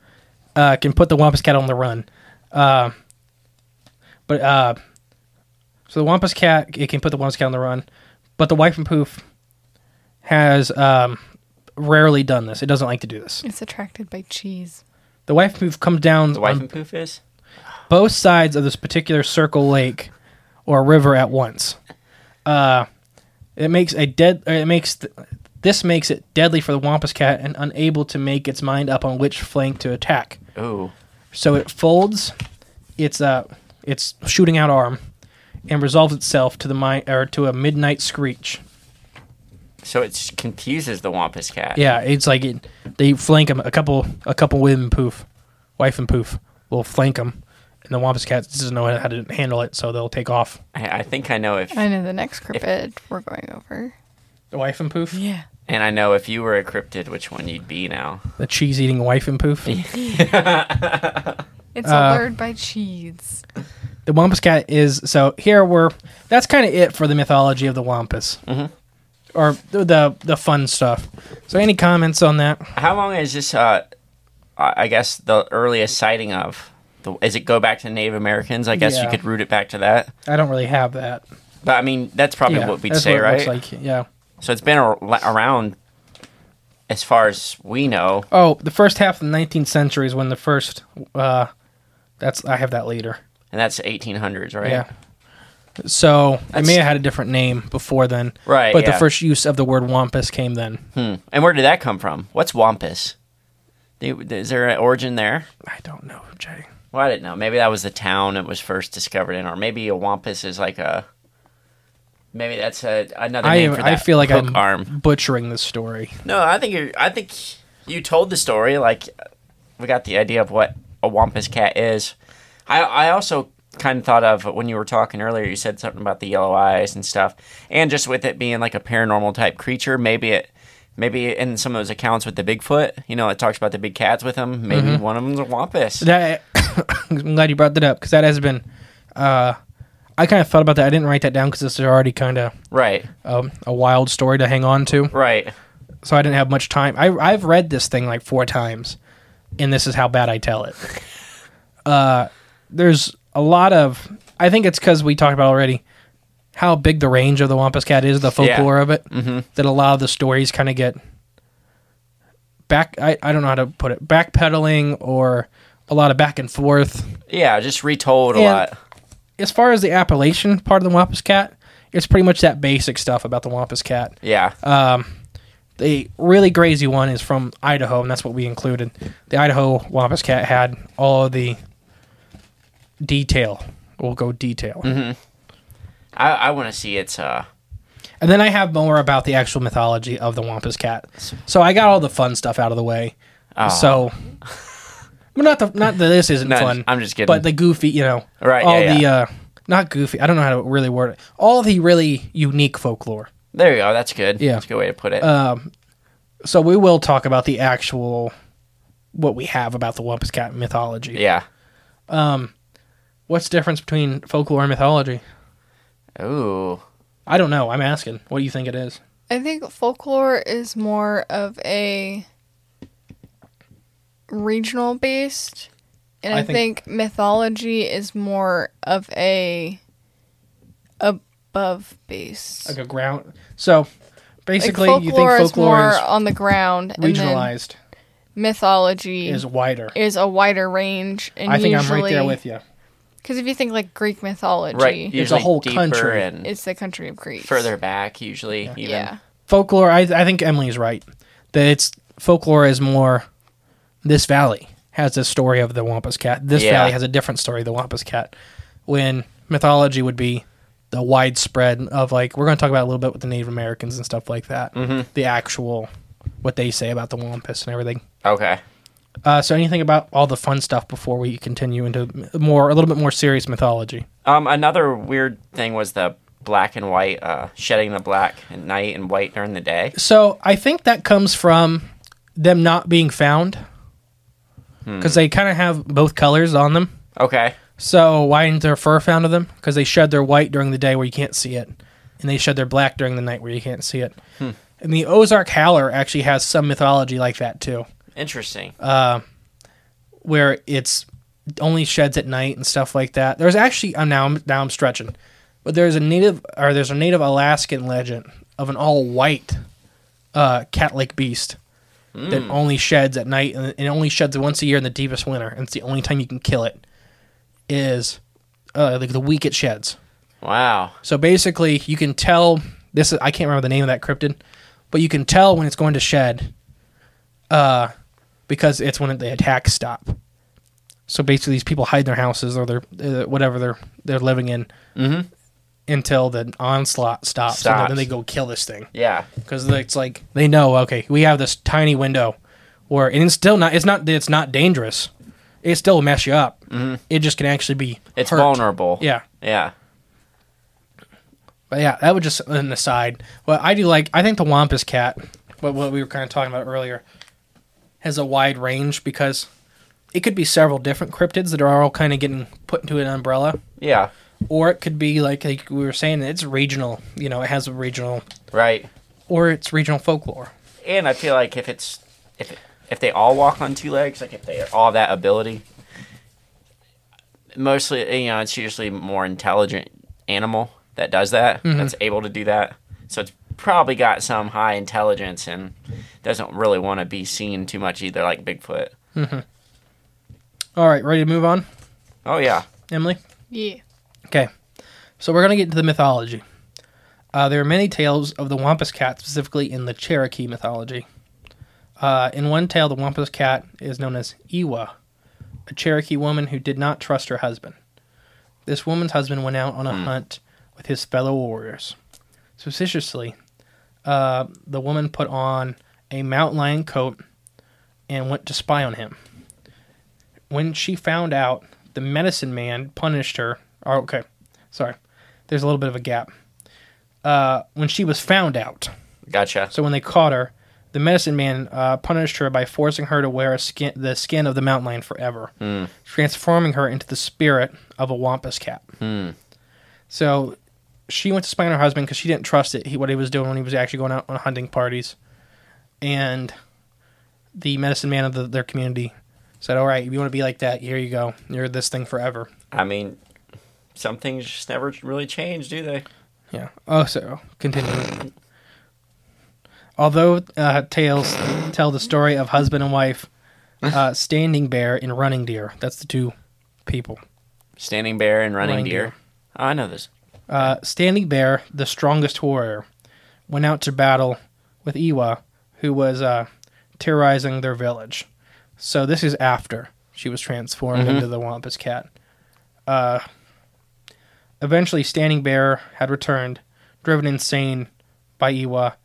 uh, can put the Wampus Cat on the run, uh, but uh, so the Wampus Cat it can put the Wampus Cat on the run, but the wife and Poof has um, rarely done this. It doesn't like to do this. It's attracted by cheese. The wife and Poof comes down The wife on and poof is. both sides of this particular circle lake or river at once. Uh, it makes a dead. or It makes th- this makes it deadly for the Wampus Cat and unable to make its mind up on which flank to attack. Ooh. So it folds its uh its shooting out arm and resolves itself to the mi- or to a midnight screech. So it s- confuses the Wampus cat. Yeah, it's like it, they flank him. A couple a couple women poof, wife and poof will flank him, and the Wampus Cat doesn't know how to handle it, so they'll take off. I, I think I know if, I know [LAUGHS] the next cryptid we're going over. The wife and poof. Yeah. and I know if you were a cryptid, which one you'd be now. The cheese eating wife and poof. It's Uh, allured by cheese. the Wampus Cat is so here we're that's kind of it for the mythology of the Wampus. Mm-hmm. Or the, the the fun stuff. So any comments on that? How long is this? Uh, I I guess the earliest sighting of. The, is it go back to Native Americans? I guess you Yeah. could root it back to that. I don't really have that. But I mean, that's probably Yeah, what we'd that's say, what it right? looks like, Yeah. So it's been a, around as far as we know. Oh, the first half of the 19th century is when the first. Uh, that's I have that later. and that's 1800s, right? Yeah. So it may That's- have had a different name before then. Right, But yeah. Hmm. the first use of the word wampus came then. And where did that come from? What's wampus? Do you- Is there an origin there? I don't know, Jay. Well, I didn't know. Maybe that was the town it was first discovered in, or maybe a wampus is like a. Maybe that's a, another I name am, for I that. feel like hook I'm arm. butchering this story. No, I think you. I think you told the story. Like we got the idea of what a wampus cat is. I I also kind of thought of when you were talking earlier. You said something about the yellow eyes and stuff, and just with it being like a paranormal type creature, maybe it. Maybe in some of those accounts with the Bigfoot, you know, it talks about the big cats with them. Maybe one of them's a wampus. Mm-hmm. That [COUGHS] I'm glad you brought that up because that has been. Uh, I kind of thought about that. I didn't write that down because this is already kind of right, um, a wild story to hang on to. right. so I didn't have much time. I I've read this thing like four times, and this is how bad I tell it. [LAUGHS] Uh, there's a lot of I think it's because we talked about already how big the range of the Wampus Cat is, the folklore of it, that a lot of the stories kind of get back. I, I don't know how to put it backpedaling or a lot of back and forth. Yeah, just retold a And- lot. As far as the Appalachian part of the Wampus Cat, it's pretty much that basic stuff about the Wampus Cat. Yeah. uh, the really crazy one is from Idaho, and that's what we included. The Idaho Wampus Cat had all of the detail. We'll go detail. Mm-hmm. I, I want to see its uh And then I have more about the actual mythology of the Wampus Cat. So I got all the fun stuff out of the way. oh, Ah. So, but not the not that this isn't No, fun. I'm just kidding. But the goofy, you know, Right, All yeah, the yeah. uh, not goofy. I don't know how to really word it. All the really unique folklore. There you go. That's good. Yeah. Uh, That's a good way to put it. So we will talk about the actual what we have about the Wampus Cat mythology. yeah. What's the difference between folklore and mythology? Ooh. I don't know. I'm asking. What do you think it is? I think folklore is more of a regional based, and I I, think- think, mythology is more of a above based. Like a ground. So Like Uh, basically, folklore, you think is more folklore is on the ground, and then regionalized, mythology is is, wider. a wider range. And I think I'm right there with you. Because if you think like Greek mythology, Right. Usually a whole deeper country. and it's the country of Greece. further back usually. Even. yeah. Folklore. I, I think Emily's right. That it's folklore is more. This valley has this story of the Wampus Cat. This Yeah. valley has a different story of the Wampus Cat. When mythology would be the widespread of like we're going to talk about a little bit with the Native Americans and stuff like that. The actual what they say about the Wampus and everything. Okay. Uh, so anything about all the fun stuff before we continue into m- more a little bit more serious mythology? Um, another weird thing was the black and white, uh, shedding the black at night and white during the day. So I think that comes from them not being found because they kind of have both colors on them. Okay. So why isn't their fur found of them? Because they shed their white during the day where you can't see it, and they shed their black during the night where you can't see it. And the Ozark Howler actually has some mythology like that too. Interesting. Uh, where it's only sheds at night and stuff like that. There's actually I'm now I'm now I'm stretching, but there's a native or there's a native Alaskan legend of an all white uh, cat-like beast that only sheds at night and it only sheds once a year in the deepest winter, and it's the only time you can kill it is uh, like the week it sheds. wow. So basically, you can tell this. Is, I can't remember the name of that cryptid, but you can tell when it's going to shed, uh, because it's when the attacks stop. So basically, these people hide in their houses or their uh, whatever they're they're living in until the onslaught stops, and then Mm-hmm. Stops. they go kill this thing Yeah. because it's like they know. Okay, we have this tiny window, where and it's still not. It's not. that It's not dangerous. It still mess you up. It just can actually be. Mm-hmm. It's hurt. vulnerable. Yeah. Yeah. But yeah, that would just an aside. But I do like. I think the Wampus Cat, what what we were kind of talking about earlier, has a wide range because it could be several different cryptids that are all kind of getting put into an umbrella, Yeah. or it could be like, like we were saying, it's regional. You know, it has a regional, Right. or it's regional folklore. And I feel like if it's if if they all walk on two legs, like if they all have that ability, mostly you know it's usually more intelligent animal that does that that's able to do that. So it's probably got some high intelligence and doesn't really want to be seen too much either, like Bigfoot. All right, ready to move on, Oh yeah, Emily? Yeah. Okay, so we're gonna get into the mythology. Uh, there are many tales of the Wampus Cat, specifically in the Cherokee mythology. Uh, in one tale, the Wampus Cat is known as Iwa, a Cherokee woman who did not trust her husband. This woman's husband went out on a hunt with his fellow warriors. Suspiciously, uh, the woman put on a mountain lion coat and went to spy on him when she found out, the medicine man punished her. Oh, okay, sorry. There's a little bit of a gap. Uh, when she was found out, gotcha. so when they caught her, the medicine man uh, punished her by forcing her to wear a skin, the skin of the mountain lion forever, transforming her into the spirit of a wampus cat. So she went to spy on her husband because she didn't trust it. He, what he was doing when he was actually going out on hunting parties, and the medicine man of the, their community said, "All right, if you want to be like that, here you go. You're this thing forever." I mean, some things just never really change, do they? Yeah. Oh, so continuing. Although uh, tales tell the story of husband and wife, uh, Standing Bear and Running Deer. That's the two people. Standing Bear and Running, Running Deer. Deer. Oh, I know this. Uh, Standing Bear, the strongest warrior, went out to battle with Iwa, who was uh, terrorizing their village. So this is after she was transformed into the Wampus Cat. Uh, eventually, Standing Bear had returned, driven insane by Iwa,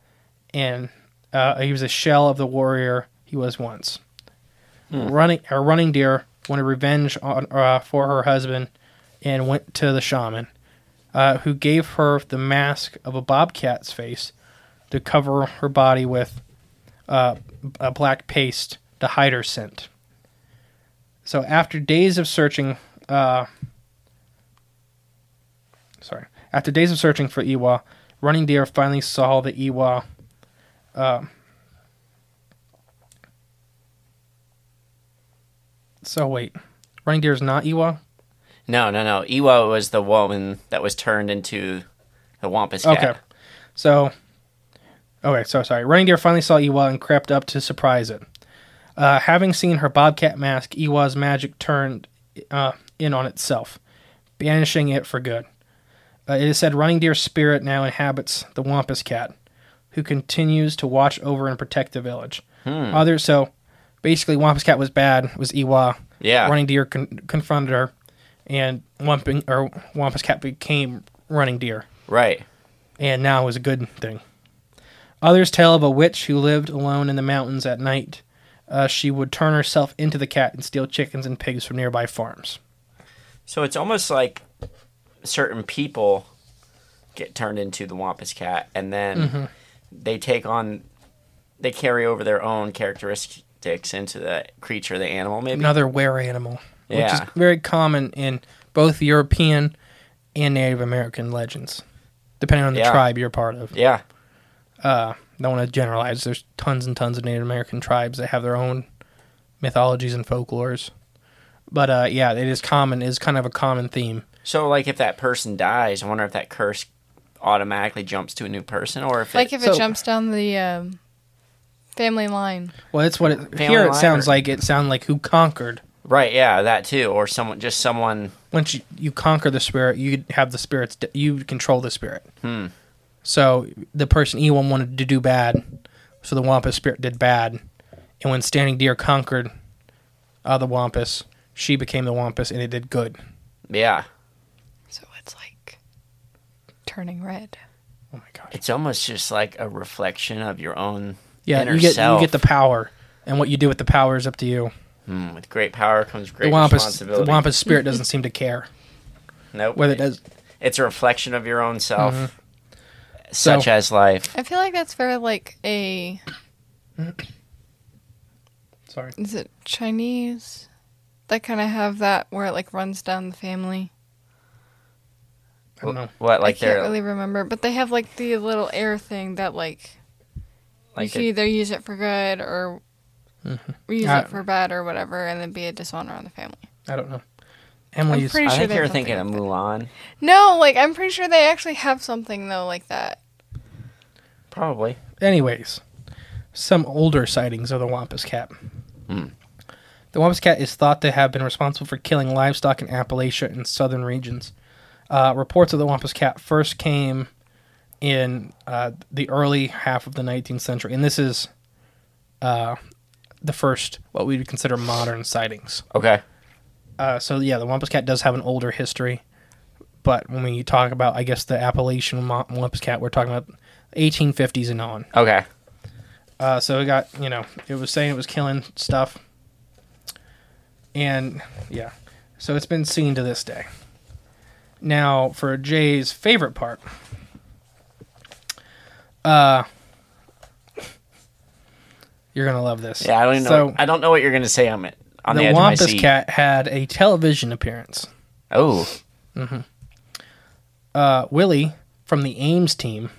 and uh, he was a shell of the warrior he was once. Running, uh, running deer wanted revenge on, uh, for her husband, and went to the shaman uh, who gave her the mask of a bobcat's face to cover her body with uh, a black paste to hide her scent. So after days of searching, uh, sorry, after days of searching for Iwa, Running Deer finally saw the Iwa. Uh, so wait, Running Deer is not Iwa. No, no, no. Iwa was the woman that was turned into the Wampus Cat. Okay. So, okay, so sorry. Running Deer finally saw Iwa and crept up to surprise it. Uh, having seen her bobcat mask, Iwa's magic turned uh, in on itself, banishing it for good. Uh, it is said Running Deer's spirit now inhabits the Wampus Cat, who continues to watch over and protect the village. Others, so basically, Wampus Cat was bad, was Iwa. Yeah. Running Deer con- confronted her, and Wamping, or Wampus Cat became Running Deer Right. and now is a good thing. Others tell of a witch who lived alone in the mountains at night. Uh, she would turn herself into the cat and steal chickens and pigs from nearby farms. So it's almost like certain people get turned into the Wampus Cat, and then they take on, they carry over their own characteristics into the creature, the animal, maybe. Another were animal, Yeah. which is very common in both European and Native American legends, depending on the Yeah. tribe you're part of. Yeah. Don't want to generalize. There's tons and tons of Native American tribes that have their own mythologies and folklores. But uh, yeah, it is common. Is kind of a common theme. So like, if that person dies, I wonder if that curse automatically jumps to a new person, or if Like it, if So- it jumps down the um, family line. Well, that's what it, Family here it line sounds or- like. It sound like who conquered. right, yeah, that too, or someone just someone. Once you, you conquer the spirit, you have the spirit's. d- You control the spirit. Hmm. So the person Ewan wanted to do bad, so the Wampus spirit did bad, and when Standing Deer conquered uh, the Wampus, she became the Wampus, and it did good. Yeah, So it's like turning red. Oh my gosh! it's almost just like a reflection of your own Yeah, inner you get self. you get the power, and what you do with the power is up to you. Hmm, with great power comes great the Wampus, the responsibility. Wampus spirit [LAUGHS] doesn't seem to care nope. whether it does. It's a reflection of your own self, such Mm-hmm. So- as life. I feel like that's very like a Sorry. is it Chinese that kind of have that where it like runs down the family. I don't know. What like I can't they're really remember, but they have like the little air thing that like, you like can a- either use it for good or Mm-hmm. use I- it for bad or whatever, and then be a dishonor on the family. I don't know. I'm Emily's. pretty I sure think they you're have thinking of something Mulan, like- No, like I'm pretty sure they actually have something though like that. probably. Anyways, some older sightings of the Wampus Cat. The Wampus Cat is thought to have been responsible for killing livestock in Appalachia and southern regions. Uh, reports of the Wampus Cat first came in uh, the early half of the 19th century, and this is uh, the first what we would consider modern sightings. Okay. Uh, so yeah, the Wampus Cat does have an older history, but when we talk about, I guess, the Appalachian Mo- Wampus Cat, we're talking about 1850s and on. Okay. Uh, so it got, you know, it was saying it was killing stuff. And yeah, so it's been seen to this day. Now, for Jay's favorite part. Uh, you're going to love this. Yeah, I don't even so, know. I don't know what you're gonna say. I'm at- on the, the edge of Wampus my seat. Cat had a television appearance. Oh, Uh, Willie from the Ames team,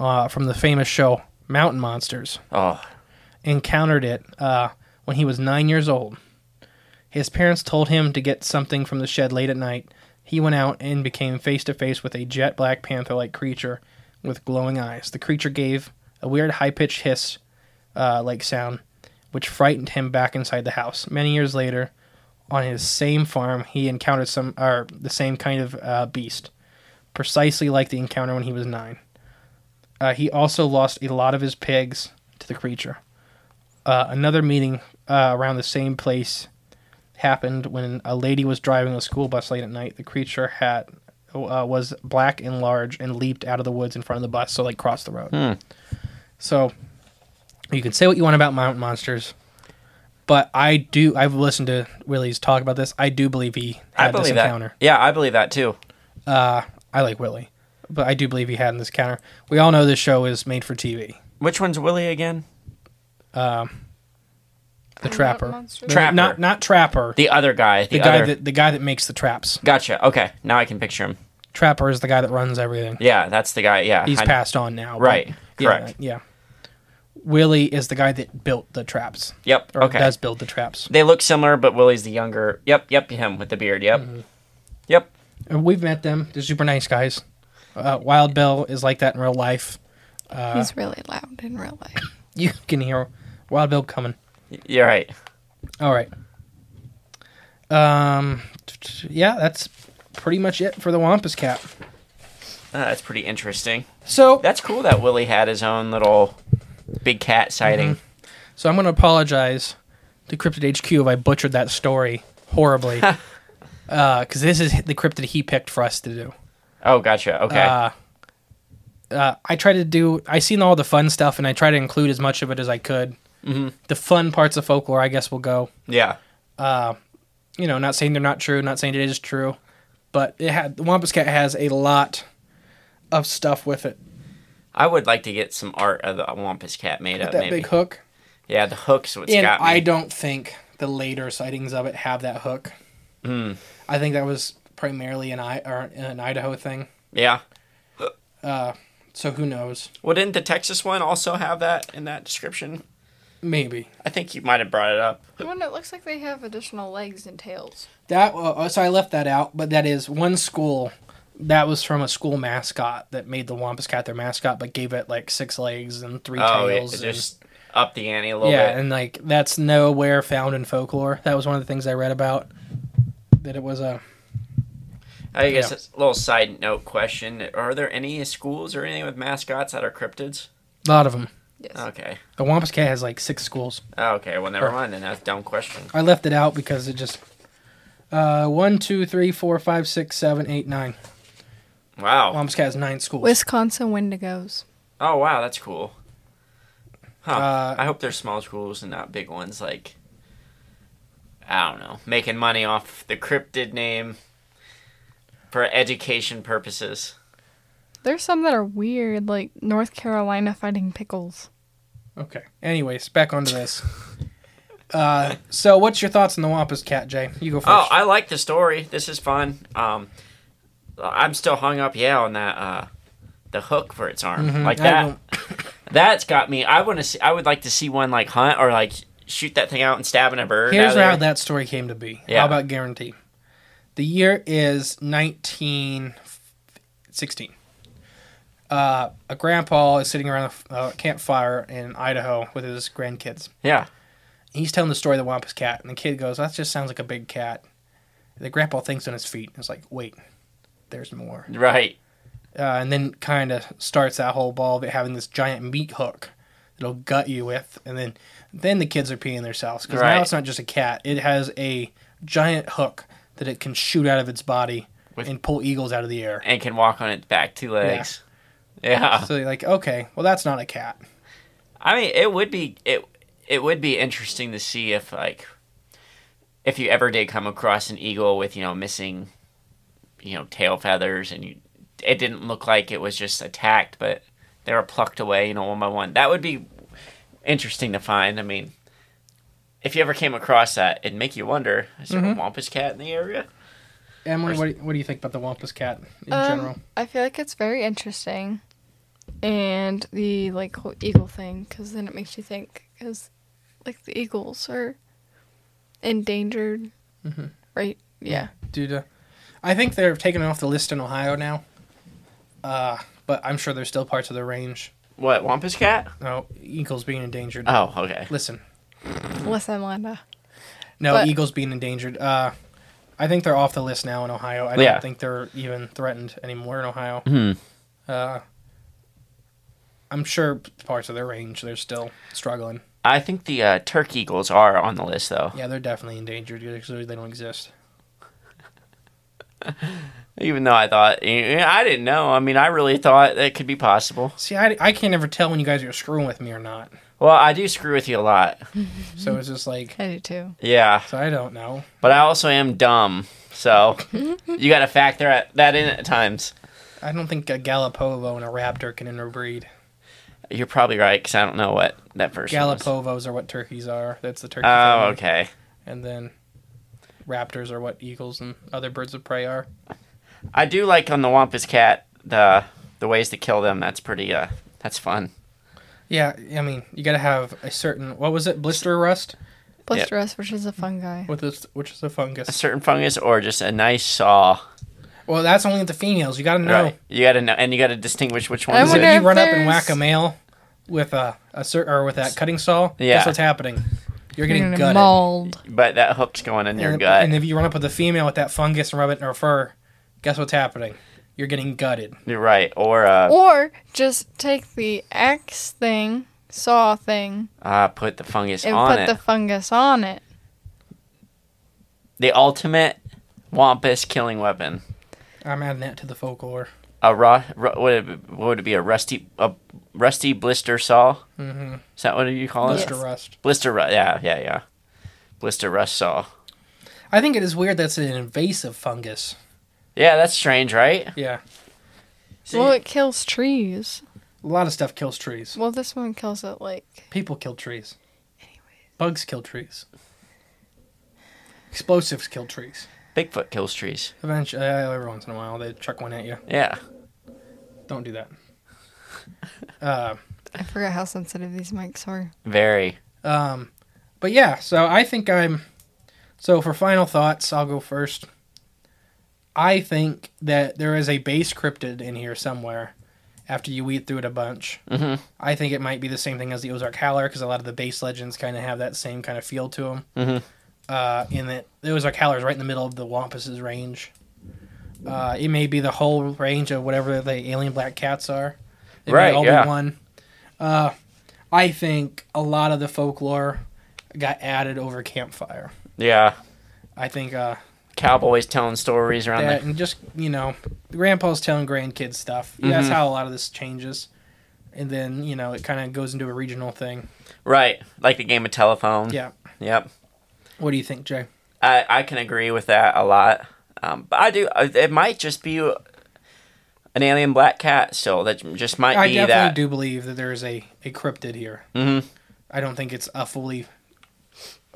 uh, from the famous show Mountain Monsters, oh, encountered it uh, when he was nine years old. His parents told him to get something from the shed late at night. he went out and became face to face with a jet black panther like creature with glowing eyes. The creature gave a weird high pitched hiss uh, like sound, which frightened him back inside the house. Many years later, on his same farm, he encountered some or the same kind of uh, beast, precisely like the encounter when he was nine. Uh, he also lost a lot of his pigs to the creature. Uh, another meeting uh, around the same place happened when a lady was driving a school bus late at night. The creature had uh, was black and large and leaped out of the woods in front of the bus, so like crossed the road. Hmm. So you can say what you want about mountain monsters, but I do. I've listened to Willie's talk about this. I do believe he I had this believe that. encounter. Yeah, I believe that too. I like Willie, but I do believe he had in this encounter. We all know this show is made for TV. Which one's Willie again? The Trapper, monster. The- Trapper. not not Trapper. The, The other guy. The, guy other. that the guy that makes the traps. Gotcha. Okay, now I can picture him. Trapper is the guy that runs everything. Yeah, that's the guy. Yeah, He's I- passed on now. but- Right, yeah, correct. Yeah. Willie is the guy that built the traps. Yep, Or okay. does build the traps. They look similar, but Willie's the younger. Yep, yep, him with the beard. Yep, Mm-hmm. yep. And We've met them. They're super nice guys. Uh, Wild Bill is like that in real life. He's really loud in real life. You can hear Wild Bill coming. You're right. All right. Um, yeah, that's pretty much it for the Wampus Cap. Uh, that's pretty interesting. So, That's cool that Willie had his own little big cat sighting. Mm-hmm. so I'm going to apologize to Cryptid HQ if I butchered that story horribly, because this is the cryptid he picked for us to do. Oh, gotcha. Okay. Uh, uh, I try to do. I seen all the fun stuff, and I try to include as much of it as I could. Mm-hmm. The fun parts of folklore, I guess, will go. yeah. You know, not saying they're not true, not saying it is true, but it had the Wampus Cat has a lot of stuff with it. I would like to get some art of the Wampus cat made up. that maybe. big hook, Yeah, the hook's what's and got me. I don't think the later sightings of it have that hook. Hmm. I think that was primarily an I or an Idaho thing. Yeah. So who knows? Well, didn't the Texas one also have that in that description? Maybe I think you might have brought it up. The one that looks like they have additional legs and tails. That uh, so I left that out, but that is one school. That was from a school mascot that made the Wampus Cat their mascot, but gave it like six legs and three Oh, it, tails. it and- just up the ante a little yeah, bit. and like that's nowhere found in folklore. That was one of the things I read about. That it was a I guess yeah. it's a little side note question. Are there any schools or anything with mascots that are cryptids? lot of them. Yes. Okay. Oh, The Wampus Cat has like six schools. Okay, well, never mind then. That's a dumb question. I left it out because it just uh, one, two, three, four, five, six, seven, eight, nine. Wow. Wampus Cat has nine schools. Wisconsin Wendigos. Oh wow, that's cool. Huh. I hope they're small schools and not big ones like I don't know, making money off the cryptid name for education purposes. There's some that are weird, like North Carolina fighting pickles. Okay. Anyways, back onto this. Uh, so, what's your thoughts on the Wampus Cat, Jay? You go first. Oh, I like the story. This is fun. Um I'm still hung up yeah on that uh the hook for its arm. Like Mm-hmm. I that don't- [COUGHS] that's got me. I want to see I would like to see one like hunt or like shoot that thing out and stabbing a bird. Here's out of how there. that story came to be. Yeah. How about guarantee? The year is 1916. Uh, a grandpa is sitting around a uh, campfire in Idaho with his grandkids. Yeah. He's telling the story of the Wampus Cat, and the kid goes, That just sounds like a big cat. The grandpa thinks on his feet. It's like, Wait, there's more. Right. uh, and then kind of starts that whole ball of it having this giant meat hook that'll gut you with, and then then the kids are peeing themselves because Right. now it's not just a cat; it has a giant hook that it can shoot out of its body With- and pull eagles out of the air. and can walk on its back two legs. Yeah. So you're like, okay, well that's not a cat. I mean, it would be it it would be interesting to see if like if you ever did come across an eagle with you know missing you know tail feathers and you it didn't look like it was just attacked, but they were plucked away you know one by one. That would be interesting to find. I mean. If you ever came across that, it'd make you wonder: Is there a wampus cat in the area? Emily, what do, you, what do you think about the Wampus cat in general? I feel like it's very interesting, and the like whole eagle thing, because then it makes you think, because like the Mm-hmm. eagles are endangered, right? Yeah. Dude, uh, I think they're taken off the list in Ohio now. Uh, but I'm sure there's still parts of their range. What Wampus Cat? No, eagles being Uh, endangered. Oh, okay. Listen, Listen, Linda. no But- eagles being endangered. Uh, I think they're off the list now in Ohio. I Yeah. don't think they're even threatened anymore in Ohio. Mm-hmm. Uh, I'm sure parts of their range they're still struggling. I think the uh, Turk Eagles are on the list though. Yeah, they're definitely endangered because they don't exist. Even though I thought eh, I didn't know. I mean, I really thought that could be possible. See, I, I can't ever tell when you guys are screwing with me or not. Well, I do screw with you a lot. Mm-hmm. So it's just like, I do too. Yeah, so I don't know. but I also am dumb. [LAUGHS] So you got to factor at- that in at times. I don't think a Galapovo and a raptor can interbreed. You're probably right because I don't know what that person. was. Galapovos are what turkeys are. That's the turkey. Oh, family. okay. And then raptors are what eagles and other birds of prey are. I do like on the Wampus Cat the the ways to kill them. That's pretty. Uh, that's fun. Yeah, I mean, you got to have a certain what was it? Blister rust, Blister rust, which is a fungi. with this, which is a A fungus. certain fungus or just a nice saw. Well, that's only the females. You got to know. Right. You got to know, and you got to distinguish which I one is So wonder it. if you if run up and there's- whack a male with a, a cer- or with that cutting saw, Yeah. guess what's happening? You're getting You're gonna gutted. mauled. But that hook's going in your and, gut. and if you run up with a female with that fungus and rub it in her fur, guess what's happening? You're getting gutted. You're right. Or uh, Or just take the axe thing, saw thing, uh put the fungus and on put it. the The... fungus on it. ultimate Wampus killing weapon. I'm adding that to the folklore. A raw, ru would it, be- what would it be? A rusty a rusty blister saw. Mm-hmm. Is that what you call Blister it? rust. Blister rust. Yeah, yeah, yeah. Blister rust saw. I think it is weird that's an invasive fungus. Yeah, that's strange, right? Yeah. Well, it kills trees. A lot of stuff kills trees. Well, this one kills it like People kill trees. Bugs kill trees. Explosives kill trees. Bigfoot kills trees. Eventually, uh, every once in a while, they chuck one at you. Yeah. Don't do that. I forgot how sensitive these mics are. Very. Um, but yeah, so I think I'm. So for final thoughts, I'll go first. I think that there is a base cryptid in here somewhere. After you eat through it a bunch, mm-hmm. I think it might be the same thing as the Ozark Howler because a lot of the base legends kind of have that same kind of feel to them. Mm-hmm. Uh, in that the Ozark Howler is right in the middle of the Wampus's range. Uh, it may be the whole range of whatever the alien black cats are. It Right, May all yeah. Be one. Uh, I think a lot of the folklore got added over campfire. Yeah. I think uh, Cowboys telling stories around that the and just you know grandpa's telling grandkids stuff Mm-hmm. that's how a lot of this changes and then you know it kind of goes into a regional thing Right. Like the game of telephone. yeah Yep. what do you think jay I, I can agree with that a lot. Um, but I do. I- It might just be an alien black cat. So that just might i be definitely that. Mm-hmm. do believe that there is a, a cryptid here i don't think it's a fully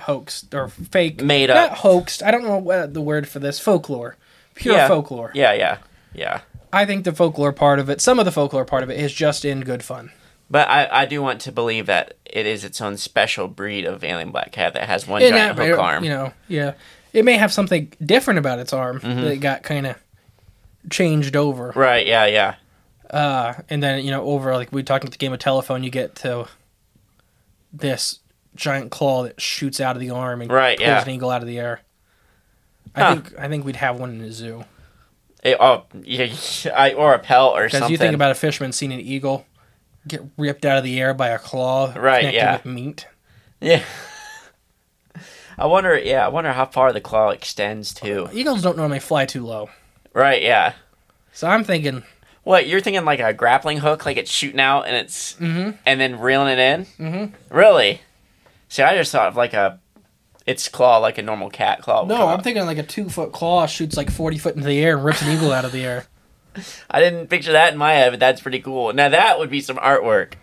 hoaxed or fake Made not up. hoaxed i don't know what the word for this folklore pure yeah. folklore Yeah, yeah, yeah. i think the folklore part of it some of the folklore part of it is just in good fun But I, I do want to believe that it is its own special breed of alien black cat that has one in giant that, hook arm. you know, yeah, it may have something different about its arm Mm-hmm. that got kind of changed over, Right? Yeah, yeah. uh, and then you know, over like we talked about the game of telephone, you get to this giant claw that shoots out of the arm and Right, pulls yeah. an eagle out of the air. I Huh. think I think we'd have one in a zoo It, oh, yeah, [LAUGHS] I, or a pelt or because something. you think about a fisherman seeing an eagle get ripped out of the air by a claw Right, connected yeah. with meat. [LAUGHS] yeah. [LAUGHS] I wonder. Yeah, I wonder how far the claw extends to. Eagles don't normally fly too low, Right? Yeah. so I'm thinking What you're thinking like a grappling hook, like it's shooting out and it's Mm-hmm. and then reeling it in. Mm-hmm. Really? See, I just thought of like a its claw, like a normal cat claw. would No, come I'm out. thinking like a two foot claw shoots like 40 foot into the air and rips an eagle out of the air. I didn't picture that in my head, but that's pretty cool. Now that would be some artwork.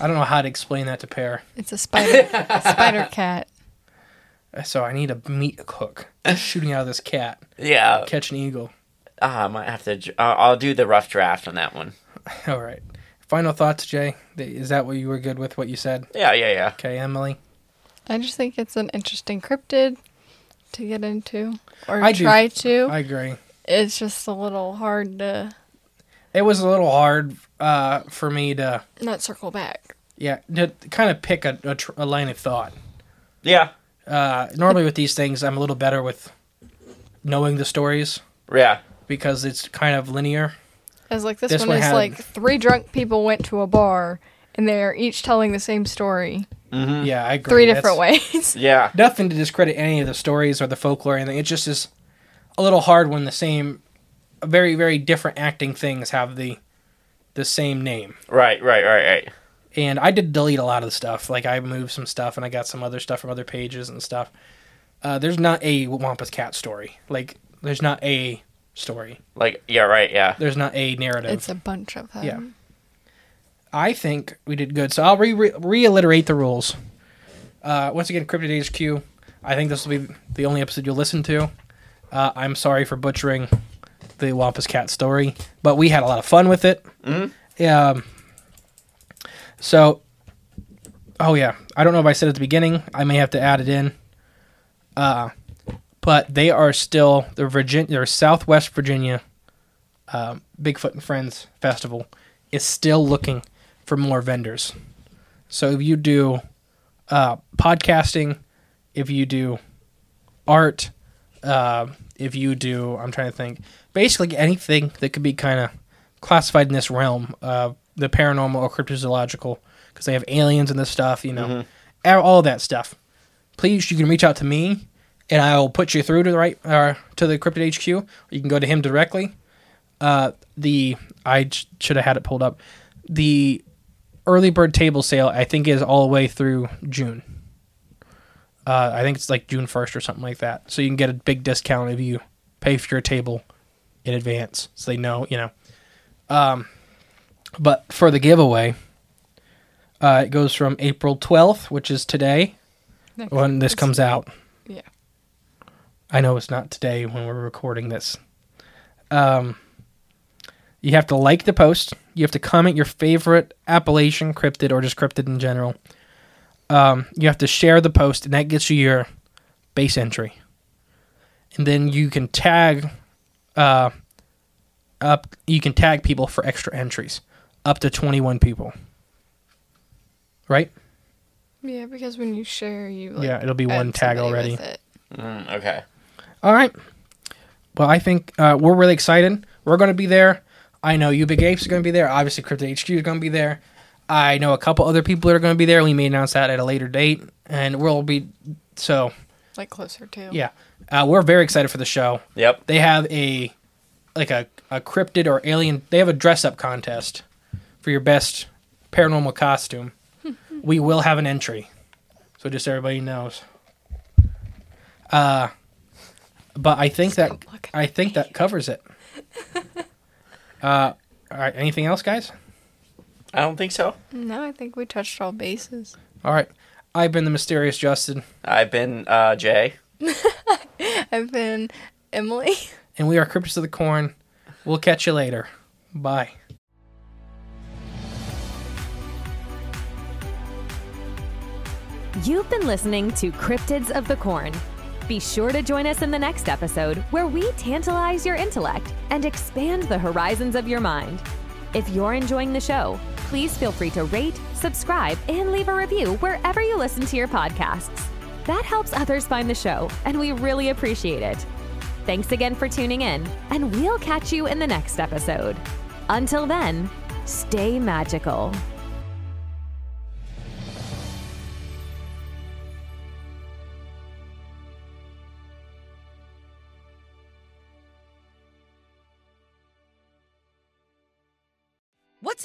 I don't know how to explain that to Pear, It's a spider, [LAUGHS] spider cat. so I need a meat hook shooting out of this cat, Yeah, catch an eagle. [LAUGHS] Ah, I might have to. dr- I'll I'll do the rough draft on that one. All right. Final thoughts, Jay. Th- Is that what you were good with? What you said? Yeah, yeah, yeah. Okay, Emily. I just think it's an interesting cryptid. to get into or I do- try to. I agree. it's just a little hard to It was a little hard uh, for me to not circle back. yeah to kind of pick a, a, tr- a line of thought. Yeah. Uh, normally with these things, I'm a little better with knowing the stories Yeah. because it's kind of linear. As like this, This one, one is had- like three drunk people went to a bar and they are each telling the same story Yeah, I agree. three That's- [LAUGHS] different ways. Yeah. Nothing to discredit any of the stories or the folklore or anything. It just is a little hard when the same, very very different acting things have the the same name. Right, right, right, right. and I did delete a lot of the stuff. Like I moved some stuff, and I got some other stuff from other pages and stuff. Uh, there's not a Wampus Cat story. Like there's not a story. Like yeah, right, yeah. There's not a narrative. it's a bunch of them. Yeah. I think we did good. So I'll re- re- reiterate the rules. Uh, once again, Cryptid HQ. I think this will be the only episode you'll listen to. Uh, I'm sorry for butchering the Wampus Cat story, but we had a lot of fun with it. Mm-hmm. Um, so, oh yeah, I don't know if I said at the beginning. I may have to add it in. Uh, but they are still the Virginia, or Southwest Virginia Bigfoot and Friends Festival is still looking for more vendors. So if you do uh, podcasting, if you do art, uh, if you do, I'm trying to think, basically anything that could be kind of classified in this realm of the paranormal or cryptozoological, because they have aliens and this stuff, you know, a- all that stuff. Please, you can reach out to me, and I'll put you through to the right uh, to the Cryptid HQ. Or you can go to him directly the I j- should have had it pulled up. The early bird table sale I think is all the way through June. Uh, I think it's like June first or something like that. So you can get a big discount if you pay for your table in advance, so they know you know. Um, but for the giveaway, uh, it goes from April twelfth, which is today, when this comes out. Yeah. I know it's not today when we're recording this. Um, you have to like the post. You have to comment your favorite Appalachian cryptid or just cryptid in general. Um, you have to share the post, and that gets you your base entry. And then you can tag uh, up. You can tag people for extra entries, up to twenty-one people. Right? Yeah, because when you share, you like, Yeah, it'll be add one tag somebody already. with it. Mm, okay. All right. Well, I think uh, we're really excited. We're going to be there. I know you big apes are going to be there. Obviously, Crypto HQ is going to be there. I know a couple other people that are going to be there. We may announce that at a later date, and we'll be so Like closer to. yeah. Uh, we're very excited for the show. Yep. They have a like a, a cryptid or alien. They have a dress up contest for your best paranormal costume. we will have an entry, so just everybody knows. Uh, but I think that Stop looking I think that covers it. uh, all right. Anything else, guys? I don't think so. No, I think we touched all bases. All right. I've been the mysterious Justin, I've been uh Jay. I've been Emily. [LAUGHS] and we are Cryptids of the Corn. We'll catch you later. Bye. You've been listening to Cryptids of the Corn. Be sure to join us in the next episode where we tantalize your intellect and expand the horizons of your mind. If you're enjoying the show, please feel free to rate, subscribe, and leave a review wherever you listen to your podcasts. That helps others find the show, and we really appreciate it. Thanks again for tuning in, and we'll catch you in the next episode. Until then, stay magical. What's